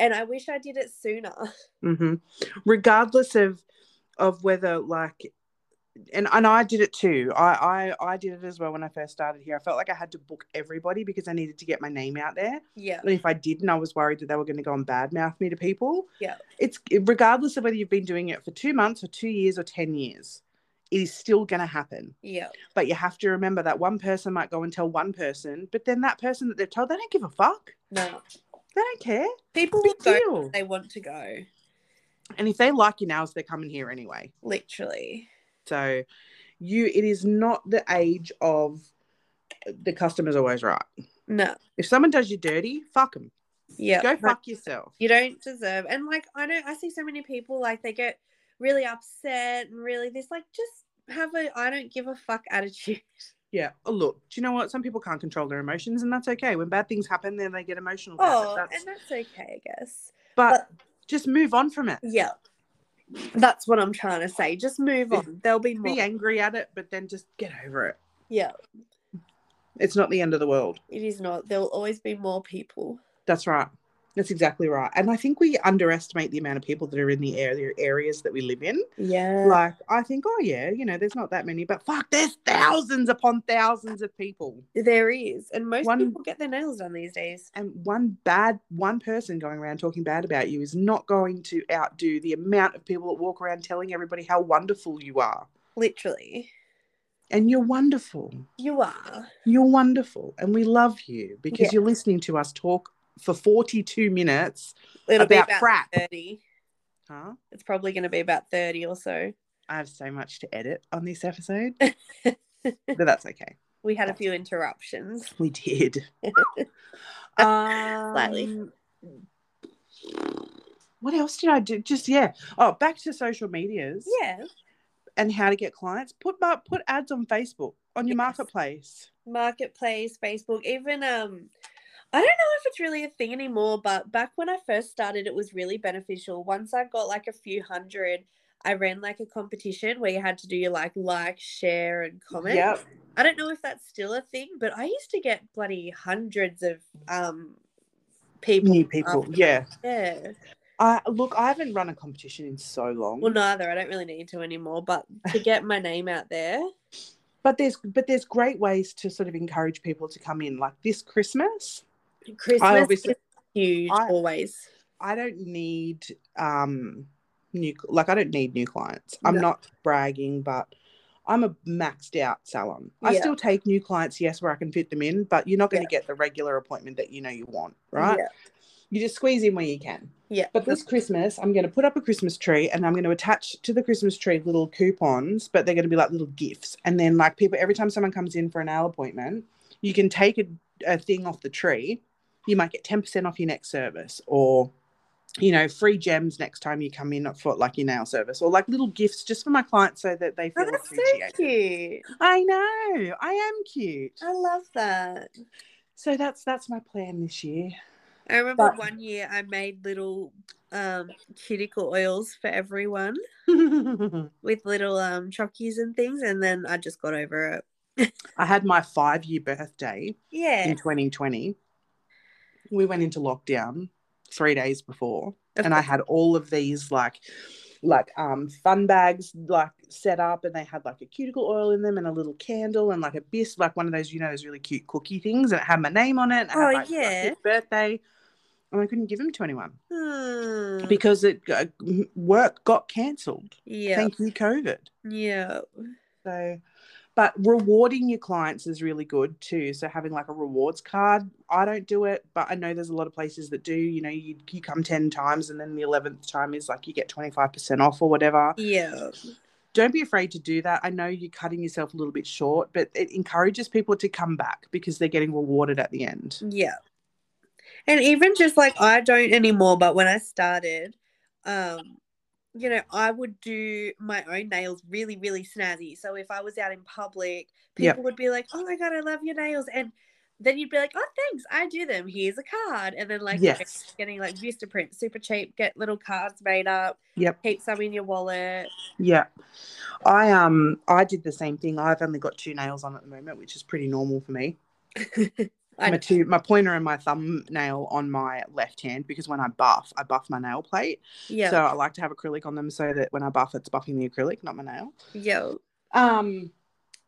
B: And I wish I did it sooner.
A: hmm Regardless of of whether like and, and I did it too. I, I I did it as well when I first started here. I felt like I had to book everybody because I needed to get my name out there.
B: Yeah,
A: And if I didn't, I was worried that they were going to go and badmouth me to people.
B: Yeah.
A: It's regardless of whether you've been doing it for two months or two years or ten years, it is still going to happen.
B: yeah,
A: But you have to remember that one person might go and tell one person, but then that person that they've told, they don't give a fuck.
B: no.
A: They don't care.
B: People will
A: Big
B: go
A: deal.
B: if they want to go.
A: And if they like your nails, they're coming here anyway.
B: Literally,
A: So you it is not the age of uh, the customer's always right.
B: no.
A: If someone does you dirty, fuck them.
B: Yeah,
A: Go
B: no.
A: fuck yourself.
B: you don't deserve and like i know i see so many people like they get really upset and really this like just have a i don't give a fuck attitude
A: Yeah. Oh, look, do you know what? Some people can't control their emotions, and that's okay. When bad things happen, then they get emotional. about it.
B: oh
A: That's-
B: and that's okay i guess
A: but just move on from it.
B: Yeah. That's what I'm trying to say. Just move on. There'll be more.
A: Be angry at it, but then just get over it.
B: Yeah,
A: It's not the end of the world.
B: it is not. There'll always be more people.
A: That's right. That's exactly right. And I think we underestimate the amount of people that are in the area areas that we live in.
B: Yeah.
A: Like I think, oh yeah, you know, there's not that many, but fuck, there's thousands upon thousands of people.
B: there is. And most
A: One-
B: people get their nails done these days.
A: And one bad one person going around talking bad about you is not going to outdo the amount of people that walk around telling everybody how wonderful you are.
B: Literally.
A: And you're wonderful.
B: You are.
A: You're wonderful. And we love you because
B: Yeah.
A: you're listening to us talk for 42 minutes.
B: It'll
A: About
B: be about
A: crap.
B: 30.
A: Huh?
B: It's probably going to be about 30 or so.
A: I have so much to edit on this episode, but that's okay.
B: We had a few interruptions.
A: We did. um,
B: Slightly.
A: What else did I do? Just yeah. Oh, back to social medias
B: Yeah.
A: and how to get clients. Put mar- put ads on Facebook on your
B: Yes.
A: marketplace.
B: Marketplace, Facebook, even um I don't know if it's really a thing anymore, but back when I first started it was really beneficial. Once I got like a few hundred, I ran like a competition where you had to do your like like, share and comment.
A: Yep.
B: I don't know if that's still a thing, but I used to get bloody hundreds of um people.
A: New people.
B: after-
A: Yeah.
B: Yeah.
A: I look. I haven't run a competition in so long.
B: Well neither. I don't really need to anymore, but to get my name out there.
A: but there's but there's great ways to sort of encourage people to come in like this christmas
B: Christmas
A: obviously-
B: is huge
A: I-
B: always.
A: i don't need um new like i don't need new clients i'm
B: No.
A: not bragging but i'm a maxed out salon i
B: Yeah.
A: still take new clients yes where i can fit them in but you're not going
B: Yeah.
A: to get the regular appointment that you know you want right
B: Yeah.
A: you just squeeze in where you can
B: Yeah.
A: but this christmas i'm going to put up a christmas tree and i'm going to attach to the christmas tree little coupons but they're going to be like little gifts and then like people every time someone comes in for a nail appointment you can take a, a thing off the tree you might get 10% off your next service or you know free gems next time you come in for like your nail service or like little gifts just for my clients so that they feel
B: Oh, that's so
A: appreciated
B: cute.
A: i know i am cute
B: I love that.
A: so that's that's my plan this year
B: I remember
A: But-
B: one year I made little um cuticle oils for everyone with little um chockies and things and then I just got over it.
A: i had my five year birthday
B: Yeah.
A: in 2020 we went into lockdown three days before
B: Of
A: and i
B: course.
A: had all of these like like um fun bags like set up and they had like a cuticle oil in them and a little candle and like a biscuit like one of those you know those really cute cookie things and it had my name on it and I had,
B: Oh,
A: like, my
B: yeah.
A: kid's birthday and i couldn't give them to anyone
B: Hmm.
A: because it uh, work got cancelled
B: yeah.
A: thank you covid
B: yeah.
A: so, but rewarding your clients is really good too. So having like a rewards card, I don't do it, but I know there's a lot of places that do. You know, you you come ten times, and then the eleventh time is like you get twenty five percent off or whatever.
B: Yeah.
A: Don't be afraid to do that. I know you're cutting yourself a little bit short, but it encourages people to come back because they're getting rewarded at the end.
B: Yeah. And even just like I don't anymore, but when I started, um, you know, I would do my own nails really, really snazzy. So if I was out in public,
A: Yep.
B: people would be like, Oh my god, I love your nails and then you'd be like, Oh thanks, I do them. Here's a card and then like you know,
A: Yes.
B: getting like Vistaprint, super cheap, get little cards made up,
A: Yep.
B: keep some in your wallet.
A: Yeah. I um I did the same thing. I've only got two nails on at the moment, which is pretty normal for me. my
B: I know.
A: two, my pointer and my thumbnail on my left hand because when I buff, I buff my nail plate.
B: Yeah.
A: So I like to have acrylic on them so that when I buff, it's buffing the acrylic, not my nail.
B: yeah.
A: Um,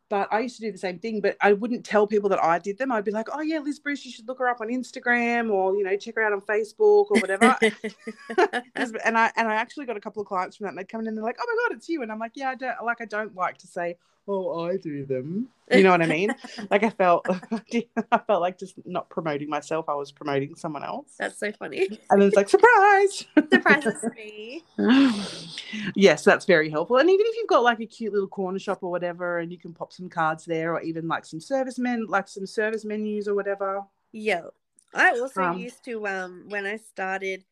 A: but I used to do the same thing, but I wouldn't tell people that I did them. I'd be like, "Oh yeah, Liz Bruce, you should look her up on Instagram or you know check her out on Facebook or whatever." 'Cause- and I and I actually got a couple of clients from that, and they'd come in and they're like, "Oh my god, it's you!" And I'm like, "Yeah, I don't like I don't like to say." Oh, I do them. You know what I mean? like I felt, I felt like just not promoting myself. I was promoting someone else,
B: That's so funny.
A: and it's like surprise.
B: Surprises me.
A: yes, that's very helpful. And even if you've got like a cute little corner shop or whatever, and you can pop some cards there, or even like some service men, like some service menus or whatever.
B: Yeah. I also
A: Um,
B: used to um when I started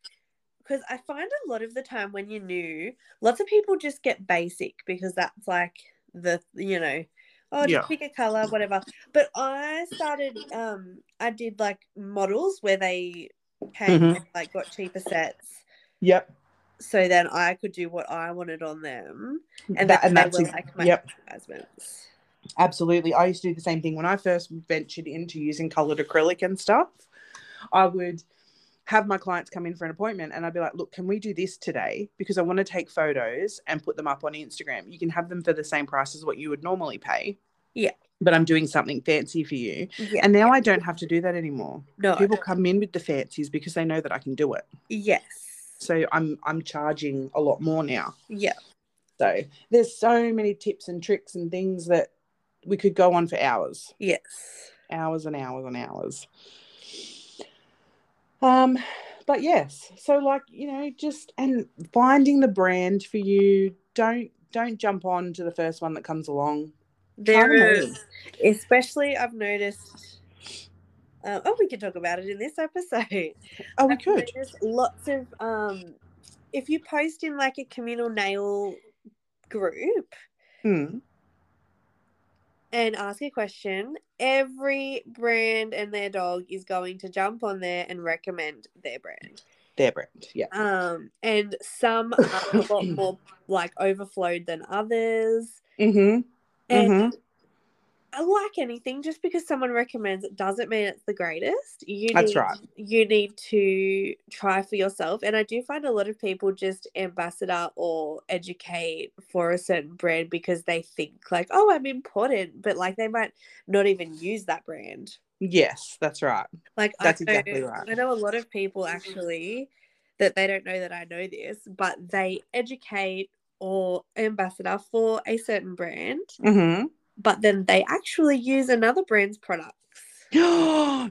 B: because I find a lot of the time when you're new, lots of people just get basic because that's like the you know, oh just
A: Yeah.
B: pick a color, whatever. But I started um I did like models where they came
A: Mhm.
B: and, like got cheaper sets
A: Yep.
B: so then I could do what I wanted on them, and
A: That-
B: that,
A: and
B: they
A: that's
B: were
A: ex-
B: like my
A: yep.
B: advertisements.
A: Absolutely. I used to do the same thing when I first ventured into using colored acrylic and stuff. I would have my clients come in for an appointment and I'd be like, look, can we do this today? Because I want to take photos and put them up on Instagram. You can have them for the same price as what you would normally pay.
B: Yeah.
A: But I'm doing something fancy for you.
B: Yeah,
A: And now I don't have to do that anymore.
B: no,
A: People come in with the fancies because they know that I can do it.
B: yes,
A: So I'm I'm charging a lot more now.
B: yeah,
A: So there's so many tips and tricks and things that we could go on for hours
B: yes,
A: hours and hours and hours. Um, but yes, so like you know, just and finding the brand for you. Don't don't jump on to the first one that comes along.
B: there
A: Totally.
B: is. Especially, I've noticed. Uh, oh, we could talk about it in this episode.
A: Oh, we
B: I've
A: could.
B: noticed lots of um, if you post in like a communal nail group,
A: Hmm.
B: and ask a question, every brand and their dog is going to jump on there and recommend their brand.
A: Their brand, yeah.
B: Um, and some are a lot more like overflowed than others.
A: Mm-hmm.
B: And
A: Mhm.
B: I like anything, just because someone recommends it doesn't mean it's the greatest. You
A: That's
B: need,
A: right.
B: You need to try for yourself. And I do find a lot of people just ambassador or educate for a certain brand because they think like, oh, I'm important, but like they might not even use that brand.
A: Yes, that's right.
B: Like
A: That's
B: I know,
A: exactly right.
B: I know a lot of people actually that they don't know that I know this, but they educate or ambassador for a certain brand,
A: Mm-hmm.
B: but then they actually use another brand's products.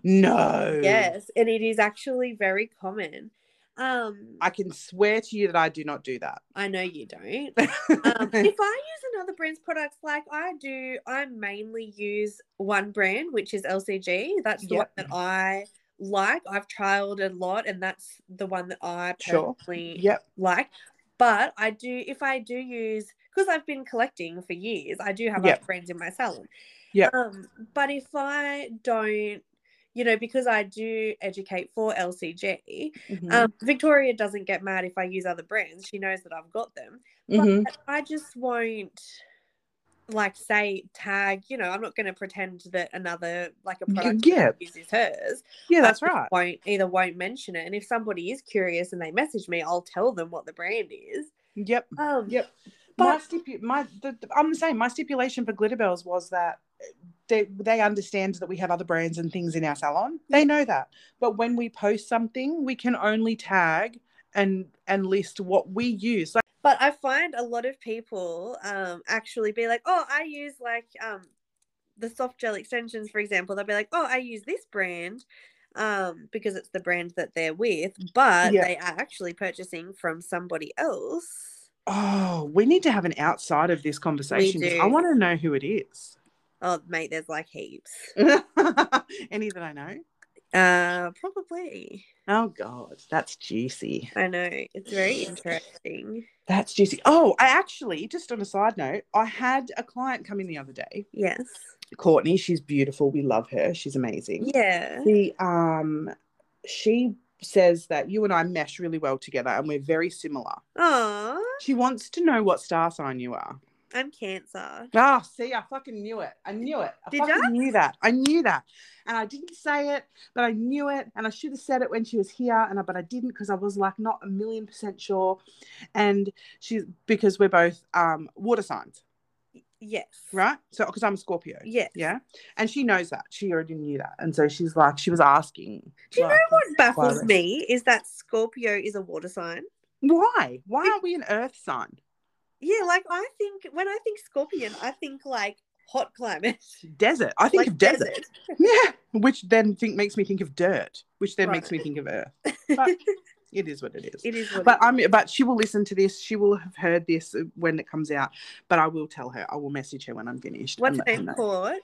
A: no.
B: Yes, and it is actually very common. Um,
A: I can swear to you that I do not do that.
B: I know you don't. Um, if I use another brand's products, like I do, I mainly use one brand, which is LCG. That's the
A: Yeah.
B: one that I like. I've trialed a lot, and that's the one that I
A: Sure.
B: personally
A: yep.
B: like. But I do, if I do use, because I've been collecting for years, I do have
A: Yep.
B: other brands in my salon.
A: Yep.
B: Um, but if I don't, you know, because I do educate for LCG,
A: Mhm.
B: um, Victoria doesn't get mad if I use other brands. She knows that I've got them.
A: Mhm.
B: But I just won't like say tag, you know, I'm not going to pretend that another like a
A: Y-
B: product
A: yeah.
B: uses hers.
A: Yeah,
B: I
A: that's
B: just
A: right.
B: Won't either won't mention it. And if somebody is curious and they message me, I'll tell them what the brand is.
A: Yep.
B: Um
A: Yep. my
B: but
A: stipu- my the, the- I'm the same. My stipulation for Glitter Bells was that they they understand that we have other brands and things in our salon. They know that, but when we post something, we can only tag and and list what we use. Like,
B: but I find a lot of people um actually be like, "Oh, I use like um the soft gel extensions, for example." They'll be like, "Oh, I use this brand." Um, because it's the brand that they're with, but
A: Yeah.
B: they are actually purchasing from somebody else.
A: oh, we need to have an outside of this conversation. 'cause I
B: do.
A: want to know who it is.
B: Oh, mate, there's like heaps.
A: Any that I know.
B: Uh, probably.
A: Oh God, that's juicy.
B: I know it's very interesting.
A: That's juicy. Oh, I actually, just on a side note, I had a client come in the other day
B: Yes.
A: Courtney, she's beautiful. We love her. She's amazing.
B: Yeah.
A: She um she says that you and I mesh really well together and we're very similar.
B: Aw,
A: She wants to know what star sign you are.
B: I'm Cancer.
A: Ah, see, I fucking knew it. I knew it. I
B: Did
A: fucking
B: ya?
A: knew that. I knew that. And I didn't say it, but I knew it. And I should have said it when she was here. And I but I didn't because I was like not a million percent sure. And she's because we're both um water signs,
B: Yes.
A: right? So because I'm a Scorpio.
B: Yes.
A: Yeah. And she knows that. She already knew that. And so she's like, she was asking.
B: Do you know
A: like,
B: what baffles
A: Aquarius.
B: me is that Scorpio is a water sign.
A: Why? Why are we an earth sign?
B: Yeah, like I think when I think Scorpion, I think like hot climate.
A: Desert. I think
B: like
A: of desert. Yeah. Which then think makes me think of dirt, which then makes me
B: Right.
A: think of earth. But it is what it is.
B: It is what
A: But
B: it
A: I'm but she will listen to this. She will have heard this when it comes out. But I will tell her. I will message her when I'm finished. and
B: What's her
A: let her
B: name?
A: know.
B: Court.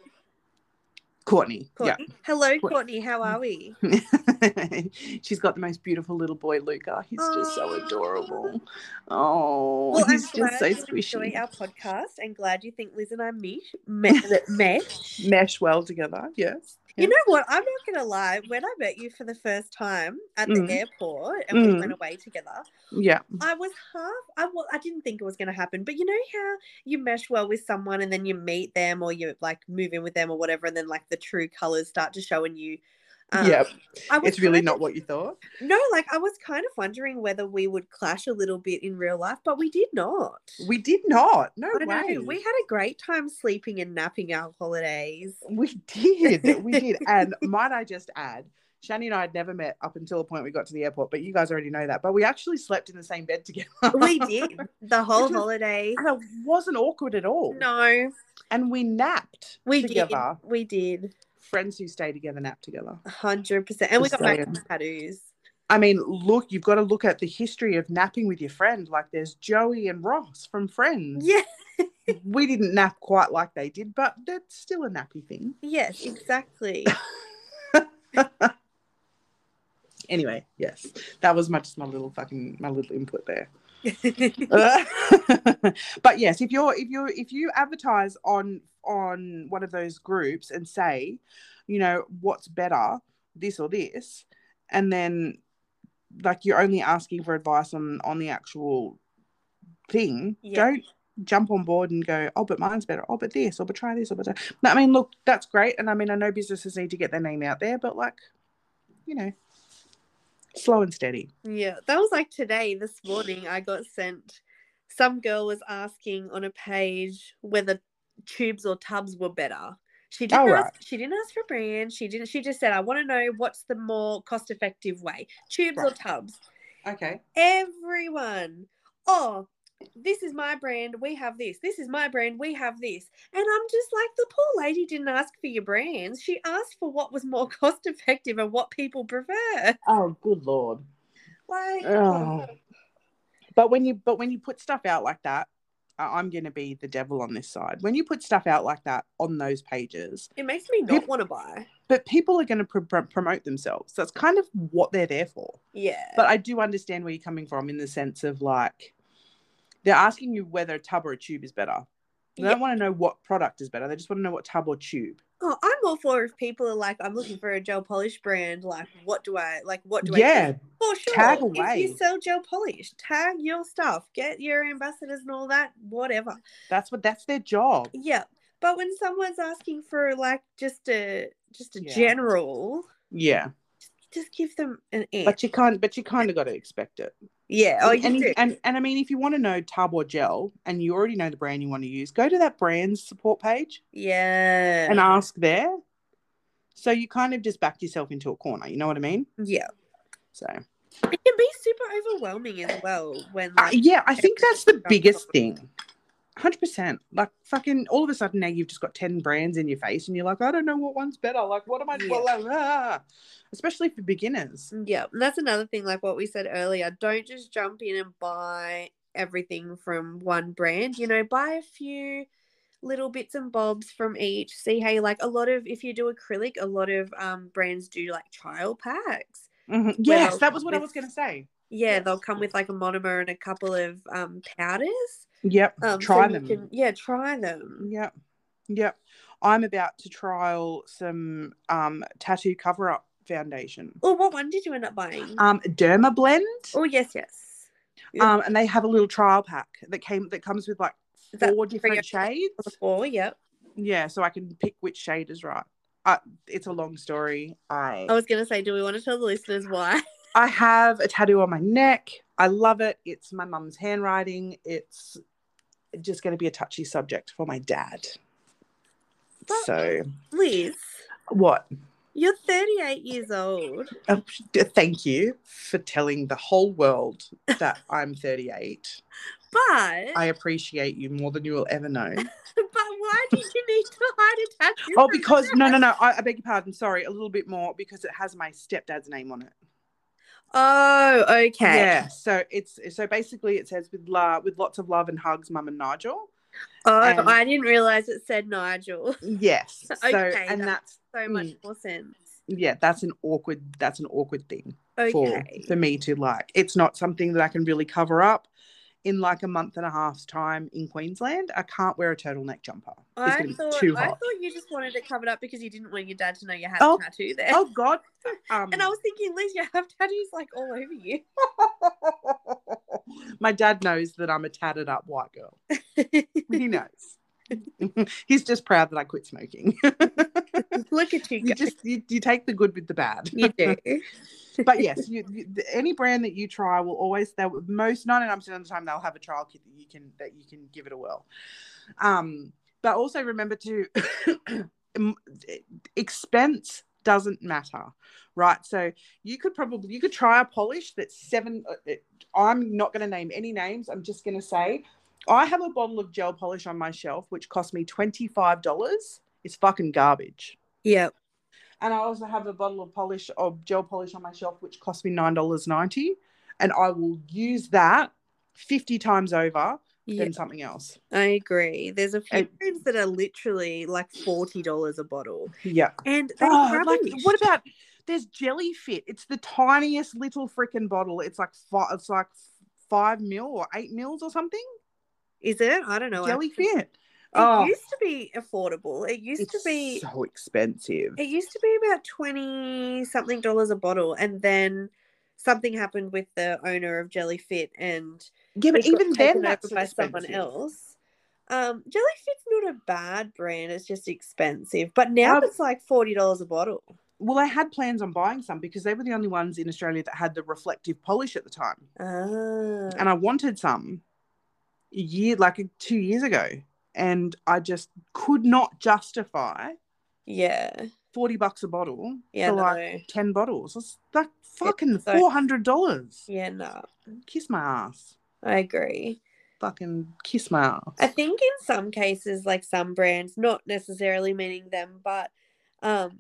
A: Courtney. Yeah.
B: Courtney. Hello,
A: Court-
B: Courtney. How are we?
A: She's got the most beautiful little boy, Luca. He's just so
B: Aw.
A: adorable. Oh,
B: Ah.
A: he's
B: Well, I'm
A: just so
B: glad you
A: squishy.
B: enjoy our podcast and glad you think Liz and I meet, met, met.
A: Mesh well together. Yes.
B: You know what? I'm not gonna lie. When I met you for the first time at the
A: Mm.
B: airport and we
A: Mm.
B: went away together,
A: Yeah.
B: I was half. I well, I didn't think it was gonna happen. But you know how you mesh well with someone and then you meet them or you like move in with them or whatever, and then like the true colors start to show in you. Um,
A: Yep.
B: I was
A: It's really
B: kind of-
A: not what you thought.
B: No, like I was kind of wondering whether we would clash a little bit in real life, but we did not.
A: We did not. No
B: I
A: way.
B: know. We had a great time sleeping and napping our holidays.
A: We did. We did. And might I just add, Shani and I had never met up until the point we got to the airport, but you guys already know that. But we actually slept in the same bed together.
B: We did the whole
A: Which was-
B: holiday.
A: And it wasn't awkward at all.
B: No,
A: And we napped
B: we
A: together.
B: did. We did.
A: Friends who stay together nap together.
B: hundred percent. And we
A: Just
B: got back
A: saying.
B: tattoos.
A: I mean, look, you've got to look at the history of napping with your friend. Like there's Joey and Ross from Friends.
B: Yeah.
A: We didn't nap quite like they did, but that's still a nappy thing.
B: Yes. Exactly.
A: Anyway, yes, that was my just my little fucking my little input there. but yes, if you're if you're if you advertise on on one of those groups and say, you know, what's better, this or this, and then like you're only asking for advice on on the actual thing,
B: Yeah.
A: don't jump on board and go, oh, but mine's better, oh, but this, or but try this, or but that. No, I mean, look, that's great, and I mean, I know businesses need to get their name out there, but like, you know, slow and steady.
B: yeah. That was like today. This morning, I got sent. Some girl was asking on a page whether tubes or tubs were better. She didn't.
A: Oh,
B: ask, She didn't ask for brand. She didn't. She just said, "I want to know what's the more cost-effective way, tubes or
A: Right.
B: tubs."
A: Okay.
B: everyone. Oh, this is my brand. We have this. This is my brand. We have this. And I'm just like, the poor lady didn't ask for your brands. She asked for what was more cost effective and what people prefer.
A: Oh, good lord.
B: Like,
A: Oh. But when you but when you put stuff out like that, I- I'm gonna be the devil on this side. When you put stuff out like that on those pages,
B: it makes me not
A: Peop-
B: want to buy.
A: but people are gonna pr- pr- promote themselves. That's kind of what they're there for.
B: Yeah.
A: But I do understand where you're coming from in the sense of like they're asking you whether a tub or a tube is better. They
B: Yeah.
A: don't want to know what product is better. They just want to know what tub or tube.
B: Oh, I'm all for if people are like, I'm looking for a gel polish brand. Like, what do I like? What do I?
A: yeah,
B: For sure.
A: Tag
B: If
A: away.
B: you sell gel polish, tag your stuff. Get your ambassadors and all that. Whatever.
A: that's what that's their job.
B: Yeah, but when someone's asking for like just a just a
A: Yeah.
B: general,
A: Yeah,
B: just give them an answer.
A: but you can't. But you kind of got to expect it.
B: yeah, oh,
A: and,
B: you
A: and,
B: do.
A: if- and and I mean, if you want to know tub or gel, and you already know the brand you want to use, go to that brand's support page
B: yeah,
A: and ask there. So you kind of just backed yourself into a corner. You know what I mean?
B: yeah,
A: So
B: it can be super overwhelming as well when
A: Uh,
B: like
A: yeah, I think that's the
B: Everything's
A: biggest
B: done.
A: thing. Hundred percent. Like fucking, all of a sudden now you've just got ten brands in your face, and you're like, I don't know what one's better. Like, what am I?
B: Yeah.
A: Blah, blah, blah. Especially for beginners.
B: Mm, yeah, and that's another thing. Like what we said earlier, don't just jump in and buy everything from one brand. You know, buy a few little bits and bobs from each. See how you like. A lot of if you do acrylic, a lot of um brands do like trial packs.
A: Mhm. Yes,
B: Well,
A: that was what I
B: with-
A: was going to say.
B: Yeah,
A: Yes.
B: they'll come with like a monomer and a couple of um, powders.
A: Yep.
B: Um, so
A: Try
B: you
A: them.
B: can- yeah, try them.
A: Yep. Yep. I'm about to trial some um, tattoo cover up foundation.
B: Oh, what one did you end up buying?
A: Um, Derma Blend.
B: oh, yes, yes. yeah.
A: Um, and they have a little trial pack that came that comes with like
B: Is that
A: four
B: your-
A: different shades.
B: Before, yep.
A: Yeah, so I can pick which shade is right. Uh, it's a long story. I
B: I was going to say, do we want to tell the listeners why?
A: I have a tattoo on my neck. I love it. It's my mum's handwriting. It's just going to be a touchy subject for my dad.
B: But-
A: So
B: Liz,
A: what?
B: you're 38 years old.
A: Oh, d- thank you for telling the whole world that I'm 38.
B: But
A: I appreciate you more than you will ever know.
B: but why did you need to hide a tattoo?
A: Oh,
B: from
A: because
B: your
A: no,
B: dad?
A: no, no. I, I beg your pardon. Sorry, a little bit more because it has my stepdad's name on it.
B: Oh, okay.
A: Yeah. So it's so basically it says with la with lots of love and hugs, mum and Nigel.
B: Oh,
A: And-
B: I didn't realize it said Nigel.
A: Yes. So
B: Okay,
A: and
B: that's-
A: that's
B: So much
A: Mm.
B: more sense.
A: yeah, that's an awkward that's an awkward thing for
B: Okay.
A: for me to like. It's not something that I can really cover up. in like a month and a half's time in Queensland, I can't wear a turtleneck jumper. It's
B: I
A: gonna be
B: thought,
A: too
B: I
A: hot.
B: thought you just wanted to cover it up because you didn't want your dad to know you had
A: Oh.
B: a tattoo there.
A: Oh God! Um,
B: And I was thinking, Liz, you have tattoos like all over you.
A: my dad knows that I'm a tatted up white girl. He knows. He's just proud that I quit smoking.
B: Look at you.
A: you
B: Go.
A: just you, you take the good with the bad.
B: You do.
A: but yes, you, you, th- any brand that you try will always they will- most ninety nine percent of the time they'll have a trial kit that you can that you can give it a whirl. Um, but also remember to em- expense doesn't matter, right? So you could probably you could try a polish that's seven. uh, it- I'm not going to name any names. I'm just going to say I have a bottle of gel polish on my shelf which cost me twenty five dollars. It's fucking garbage.
B: Yeah.
A: And I also have a bottle of polish of gel polish on my shelf, which cost me nine dollars ninety, and I will use that fifty times over
B: Yeah.
A: than something else.
B: I agree. There's a few
A: And-
B: brands that are literally like forty dollars a bottle,
A: Yeah.
B: and they
A: Oh, like
B: rubbish.
A: what about there's Jelly Fit? It's the tiniest little freaking bottle. It's like five. It's like five mil or eight mils or something.
B: is it? I don't know.
A: Jelly
B: actually.
A: Fit.
B: It
A: Oh,
B: used to be affordable. It used
A: it's
B: to be.
A: so expensive.
B: It used to be about twenty something dollars a bottle, and then something happened with the owner of Jelly Fit, and
A: yeah, but
B: it got
A: even then,
B: taken
A: that's
B: over by someone
A: expensive.
B: else. Um, Jelly Fit's not a bad brand; it's just expensive. But now
A: Um,
B: it's like forty dollars a bottle.
A: Well, I had plans on buying some because they were the only ones in Australia that had the reflective polish at the time.
B: Ah,
A: and I wanted some a year, like two years ago, and I just could not justify
B: yeah,
A: forty bucks a bottle
B: yeah,
A: for
B: no,
A: like ten bottles. It's like fucking
B: so-
A: four hundred dollars.
B: yeah, no,
A: Kiss my ass,
B: I agree.
A: fucking kiss my ass.
B: I think in some cases, like some brands, not necessarily meaning them, but um,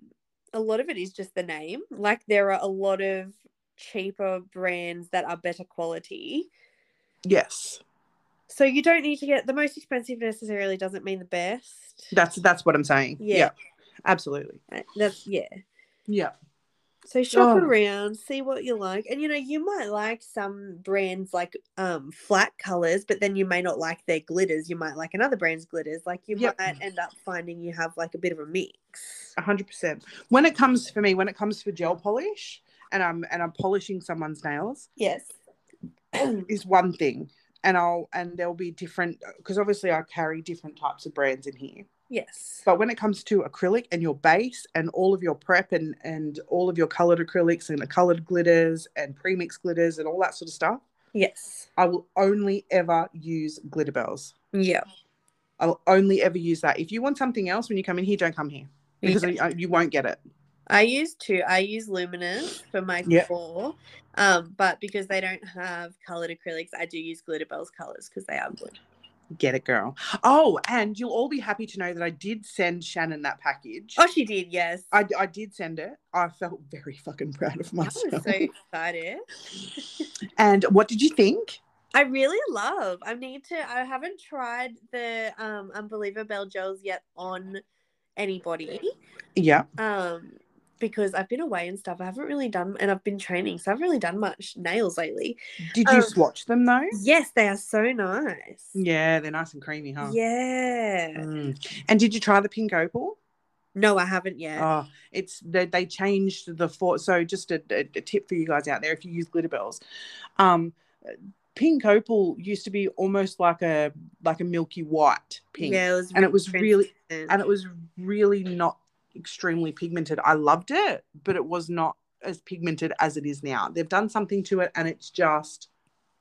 B: a lot of it is just the name. Like there are a lot of cheaper brands that are better quality.
A: yes,
B: So you don't need to get the most expensive necessarily doesn't mean the best.
A: that's that's what I'm saying.
B: Yeah.
A: absolutely.
B: Uh, That's yeah.
A: Yeah,
B: So shop
A: Oh.
B: around, see what you like. And you know, you might like some brands like um flat colours, but then you may not like their glitters. You might like another brand's glitters. Like you
A: Yep.
B: might end up finding you have like a bit of a mix.
A: hundred percent. When it comes for me, when it comes for gel polish, and I'm and I'm polishing someone's nails,
B: Yes.
A: is one thing and i'll and there'll be different because obviously i carry different types of brands in here
B: yes.
A: but when it comes to acrylic and your base and all of your prep and and all of your colored acrylics and the colored glitters and premix glitters and all that sort of stuff
B: Yes.
A: i will only ever use glitter bells
B: Yeah.
A: i'll only ever use that if you want something else when you come in here don't come here because
B: Yeah.
A: I- I- you won't get it
B: I use two. I use luminous for my
A: Yeah.
B: core. Um, but because they don't have coloured acrylics, I do use glitter bells colours because they are good.
A: get it girl oh and you'll all be happy to know that i did send shannon that package
B: Oh she did, yes.
A: I, I did send it. I felt very fucking proud of
B: I was
A: myself.
B: Oh, so excited.
A: And what did you think?
B: I really love. I need to. I haven't tried the um Unbeliever Bell gels yet on anybody.
A: Yeah.
B: Um, because I've been away and stuff. I haven't really done, and I've been training, so I haven't really done much nails lately.
A: Did you
B: Um,
A: swatch them though?
B: Yes, they are so nice.
A: Yeah, they're nice and creamy, huh?
B: Yeah.
A: Mm. And did you try the pink opal?
B: No, I haven't yet.
A: Oh, it's they, they changed the for so just a, a, a tip for you guys out there if you use glitter bells. Um pink opal used to be almost like a like a milky white pink.
B: Yeah, it was
A: And it was really-
B: translucent.
A: And it was really not extremely pigmented. I loved it, but it was not as pigmented as it is now. They've done something to it and it's just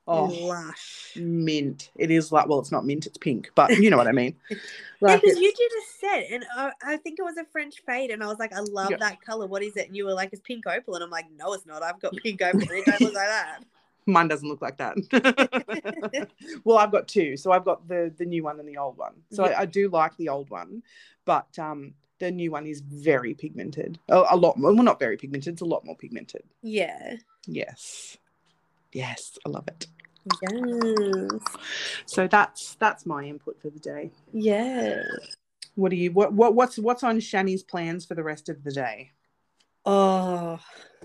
A: oh
B: lush.
A: mint. It is like, well, it's not mint, it's pink, but you know what I mean. Like
B: because
A: it's-
B: you did a set, and I, I think it was a French fade, and I was like, I love
A: Yeah.
B: that color. What is it? And you were like, it's pink opal, and I'm like, no, it's not. I've got pink opal. It don't look like that.
A: mine doesn't look like that. well, I've got two, so I've got the the new one and the old one. So
B: Yeah.
A: I, I do like the old one, but um, the new one is very pigmented. A, a lot more. Well, not very pigmented. It's a lot more pigmented.
B: Yeah.
A: Yes, yes, I love it.
B: Yes.
A: So that's that's my input for the day.
B: Yeah.
A: What do you what, what what's what's on Shani's plans for the rest of the day?
B: Oh,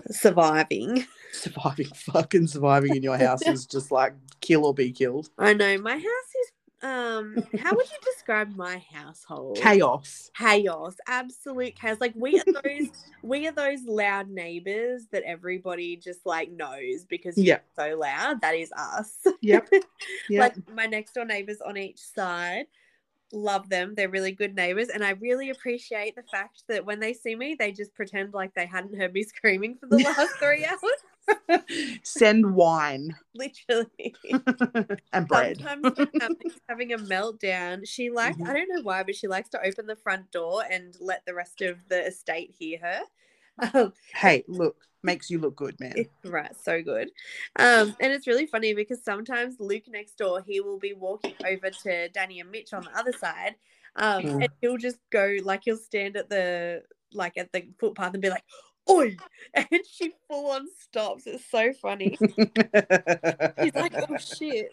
B: surviving.
A: surviving, fucking surviving in your house is just like kill or be killed.
B: I know my house is. Um, how would you describe my household?
A: Chaos.
B: chaos absolute chaos like we are those we are those loud neighbors that everybody just like knows because you're
A: Yep.
B: so loud that is us
A: Yep. Yep.
B: like my next door neighbors on each side love them they're really good neighbors and i really appreciate the fact that when they see me they just pretend like they hadn't heard me screaming for the last three hours
A: Send wine
B: literally
A: and bread.
B: sometimes when Emily's having a meltdown she likes i don't know why but she likes to open the front door and let the rest of the estate hear her um,
A: Hey, look, makes you look good, man.
B: It's right, so good. Um, and it's really funny because sometimes Luke next door, he will be walking over to Danny and Mitch on the other side. Um,
A: Mm.
B: and he'll just go like he'll stand at the like at the footpath and be like, Oi! And she full on stops. It's so funny. He's like, Oh shit.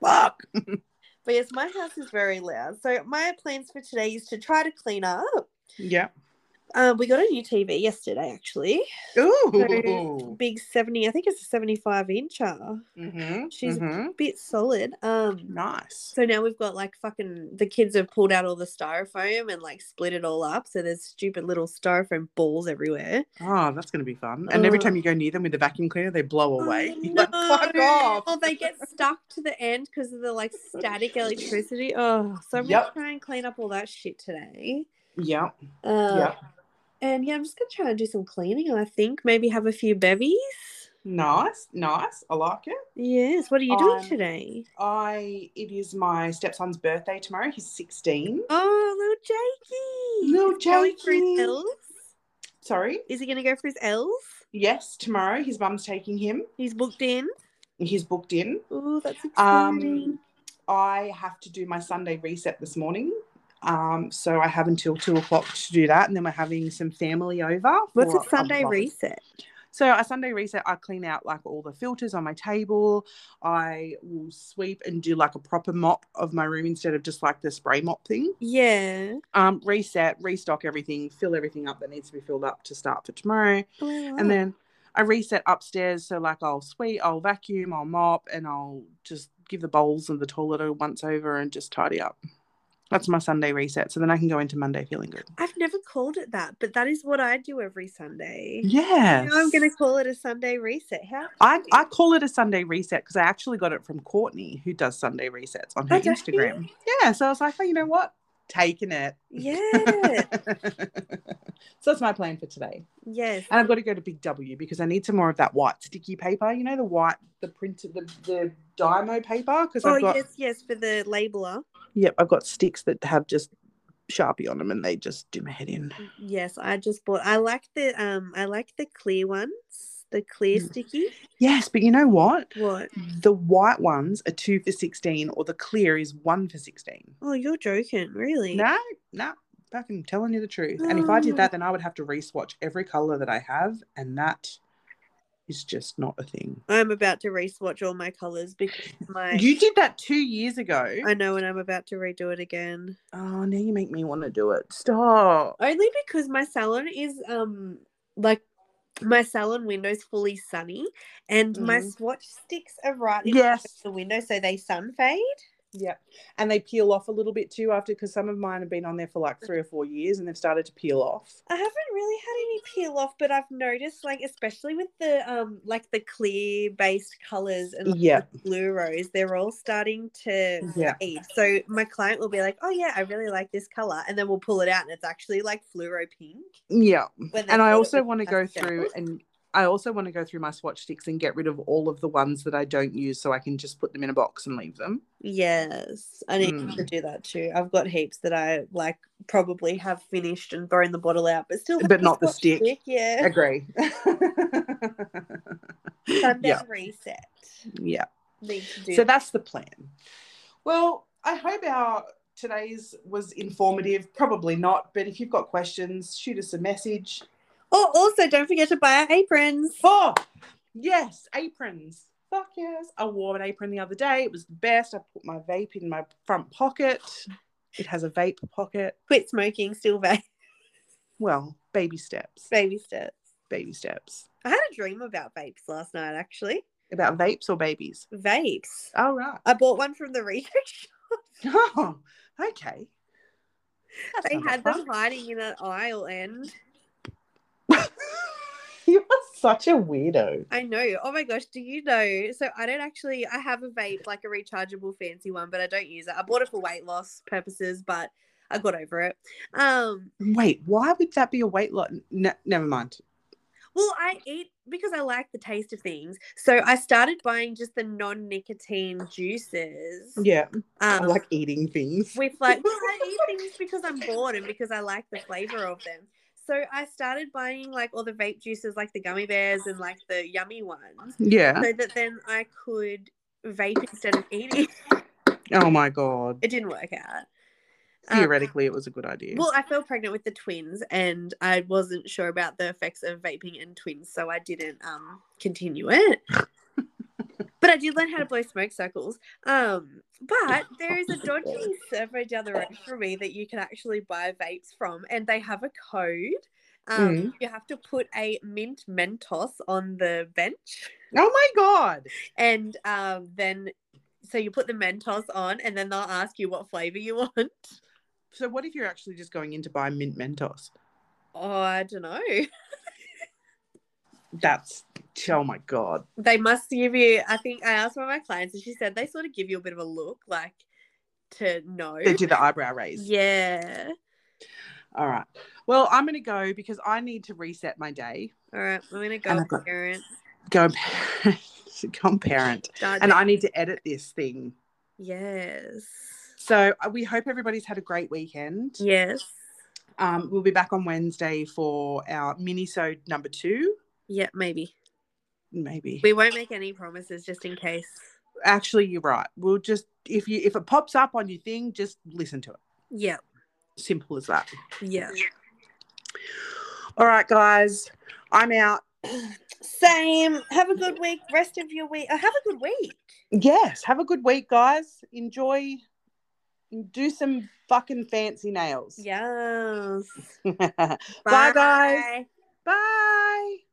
A: fuck.
B: But yes, my house is very loud. So my plans for today is to try to clean up.
A: Yep.
B: Um, we got a new TV yesterday actually.
A: Ooh.
B: Big 70, I think it's a 75 incher.
A: Mhm,
B: She's-
A: mhm.
B: Bit solid. Um
A: nice.
B: So now we've got like fucking the kids have pulled out all the styrofoam and like split it all up. So there's stupid little styrofoam balls everywhere.
A: Oh, that's gonna be fun. And every
B: Uh.
A: time you go near them with the vacuum cleaner, they blow away.
B: Oh,
A: You're like, fuck
B: no.
A: off.
B: Or they get stuck to the end because of the like static electricity. Oh, so I'm
A: Yep.
B: gonna try and clean up all that shit today.
A: Yep.
B: Uh,
A: Yep.
B: And yeah, I'm just gonna try and do some cleaning. I think maybe have a few bevies.
A: Nice, nice. I like it.
B: Yes. What are you doing
A: Um,
B: today?
A: I it is my stepson's birthday tomorrow. He's 16.
B: Oh, little Jakey.
A: Little
B: Is he going for his
A: Jakey.
B: L's?
A: Sorry.
B: Is he gonna go for his L's?
A: Yes, tomorrow. His mum's taking him.
B: He's booked in.
A: He's booked in.
B: Oh, that's exciting.
A: Um, I have to do my Sunday reset this morning. Um, so I have until two o'clock to do that, and then we're having some family over.
B: What's
A: for
B: a Sunday
A: vlog.
B: reset?
A: So a Sunday reset, I clean out like all the filters on my table. I will sweep and do like a proper mop of my room instead of just like the spray mop thing.
B: Yeah.
A: Um, reset, restock everything, fill everything up that needs to be filled up to start for tomorrow.
B: Oh,
A: and then I reset upstairs. So like I'll sweep, I'll vacuum, I'll mop, and I'll just give the bowls and the toilet a once over and just tidy up. That's my Sunday reset. So then I can go into Monday feeling good.
B: I've never called it that, but that is what I do every Sunday.
A: Yeah.
B: Now I'm going to call it a Sunday reset. How?
A: I, I call it a Sunday reset because I actually got it from Courtney who does Sunday resets on her
B: Oh, does she?
A: Instagram. Yeah. So I was like, oh, you know what? Taking it.
B: Yeah.
A: so that's my plan for today.
B: yes.
A: And I've got to go to Big W because I need some more of that white sticky paper. You know, the white, the printed, the, the Dymo paper. Because
B: Oh,
A: I've got,
B: yes, yes, for the labeler.
A: yep, I've got sticks that have just Sharpie on them and they just do my head in.
B: Mm. Yes, I just bought. I like the um, I like the clear ones, the clear
A: Mm.
B: sticky.
A: Yes, but you know what?
B: What?
A: The white ones are two for 16 or the clear is one for 16.
B: Oh, you're joking, really?
A: No, no, fucking telling you the truth. And if I
B: Ah.
A: did that, then I would have to re-swatch every color that I have. And that is just not a thing.
B: I'm about to re-swatch all my colors because my.
A: You did that two years ago.
B: I know, and I'm about to redo it again.
A: Oh, now you make me want to do it. Stop.
B: only because my salon is um like my salon window's fully sunny and my
A: Mhm.
B: swatch sticks are right in
A: Yes.
B: the window so they sun fade
A: Yep. And they peel off a little bit too after because some of mine have been on there for like three or four years and they've started to peel off.
B: i haven't really had any peel off but i've noticed like especially with the um like the clear based colors and like,
A: Yep.
B: the blue rose they're all starting to
A: Yeah.
B: fade so my client will be like oh yeah i really like this color and then we'll pull it out and it's actually like fluoro pink
A: Yeah.
B: when they
A: And I
B: thought it
A: also
B: was
A: want to
B: just
A: go
B: gel.
A: through and I also want to go through my swatch sticks and get rid of all of the ones that I don't use so I can just put them in a box and leave them.
B: Yes, I need to
A: Mm.
B: do that too. I've got heaps that I like probably have finished and thrown the bottle out, but still, have
A: But not the
B: swatch
A: stick.
B: Yeah,
A: Agree.
B: Sunday
A: yeah.
B: reset.
A: Yeah.
B: Need to do.
A: So that's the plan. Well, I hope our today's was informative. Probably not, but if you've got questions, shoot us a message.
B: oh, also don't forget to buy our aprons.
A: Oh, yes, aprons. Fuck yes. I wore an apron the other day. It was the best. I put my vape in my front pocket. It has a vape pocket.
B: Quit smoking, still ba-
A: Well, baby steps.
B: baby steps.
A: Baby steps.
B: I had a dream about vapes last night, actually.
A: About vapes or babies?
B: Vapes.
A: Oh, right.
B: I bought one from the Rico shop.
A: Oh, okay. That's
B: They
A: not that
B: had
A: fun.
B: them hiding in an aisle end.
A: You are such a weirdo.
B: I know. Oh my gosh, do you know? So I don't actually I have a vape, like a rechargeable fancy one, but I don't use it. I bought it for weight loss purposes, but I got over it. Um
A: Wait, why would that be a weight loss? N- never mind.
B: well, I eat because I like the taste of things. So I started buying just the non-nicotine juices.
A: Yeah, I
B: Um,
A: like eating things.
B: with like well, I eat things because I'm bored and because I like the flavor of them. So I started buying like all the vape juices, like the gummy bears and like the yummy ones,
A: Yeah.
B: so that then I could vape instead of eating.
A: Oh my god.
B: It didn't work out. Um,
A: Theoretically, it was a good idea.
B: well, I fell pregnant with the twins, and I wasn't sure about the effects of vaping and twins, so I didn't um continue it. but I did learn how to blow smoke circles. Um, but there is a dodgy servo down the road for me that you can actually buy vapes from, and they have a code. Um,
A: Mm.
B: You have to put a mint Mentos on the bench,
A: oh my god.
B: and um, then so you put the Mentos on, and then they'll ask you what flavor you want.
A: So what if you're actually just going in to buy mint Mentos?
B: Oh, I don't know.
A: That's oh my god.
B: they must give you i think i asked one of my clients and she said they sort of give you a bit of a look like to know
A: They do the eyebrow raise.
B: yeah
A: All right. Well, I'm gonna go because I need to reset my day.
B: all right i'm gonna
A: And
B: go
A: I've got-
B: parent
A: Go, come parent,
B: Start
A: and
B: it.
A: I need to edit this thing.
B: yes
A: So uh, we hope everybody's had a great weekend.
B: yes
A: Um, we'll be back on Wednesday for our mini-sode number two,
B: yeah maybe
A: maybe.
B: we won't make any promises just in case
A: Actually, you're right. We'll just if you if it pops up on your thing, just listen to it.
B: yeah
A: Simple as that.
B: yeah
A: All right, guys, I'm out.
B: same have a good week rest of your week oh, have a good week
A: Yes, have a good week, guys. Enjoy. Do some fucking fancy nails.
B: yes
A: Bye, guys. Bye.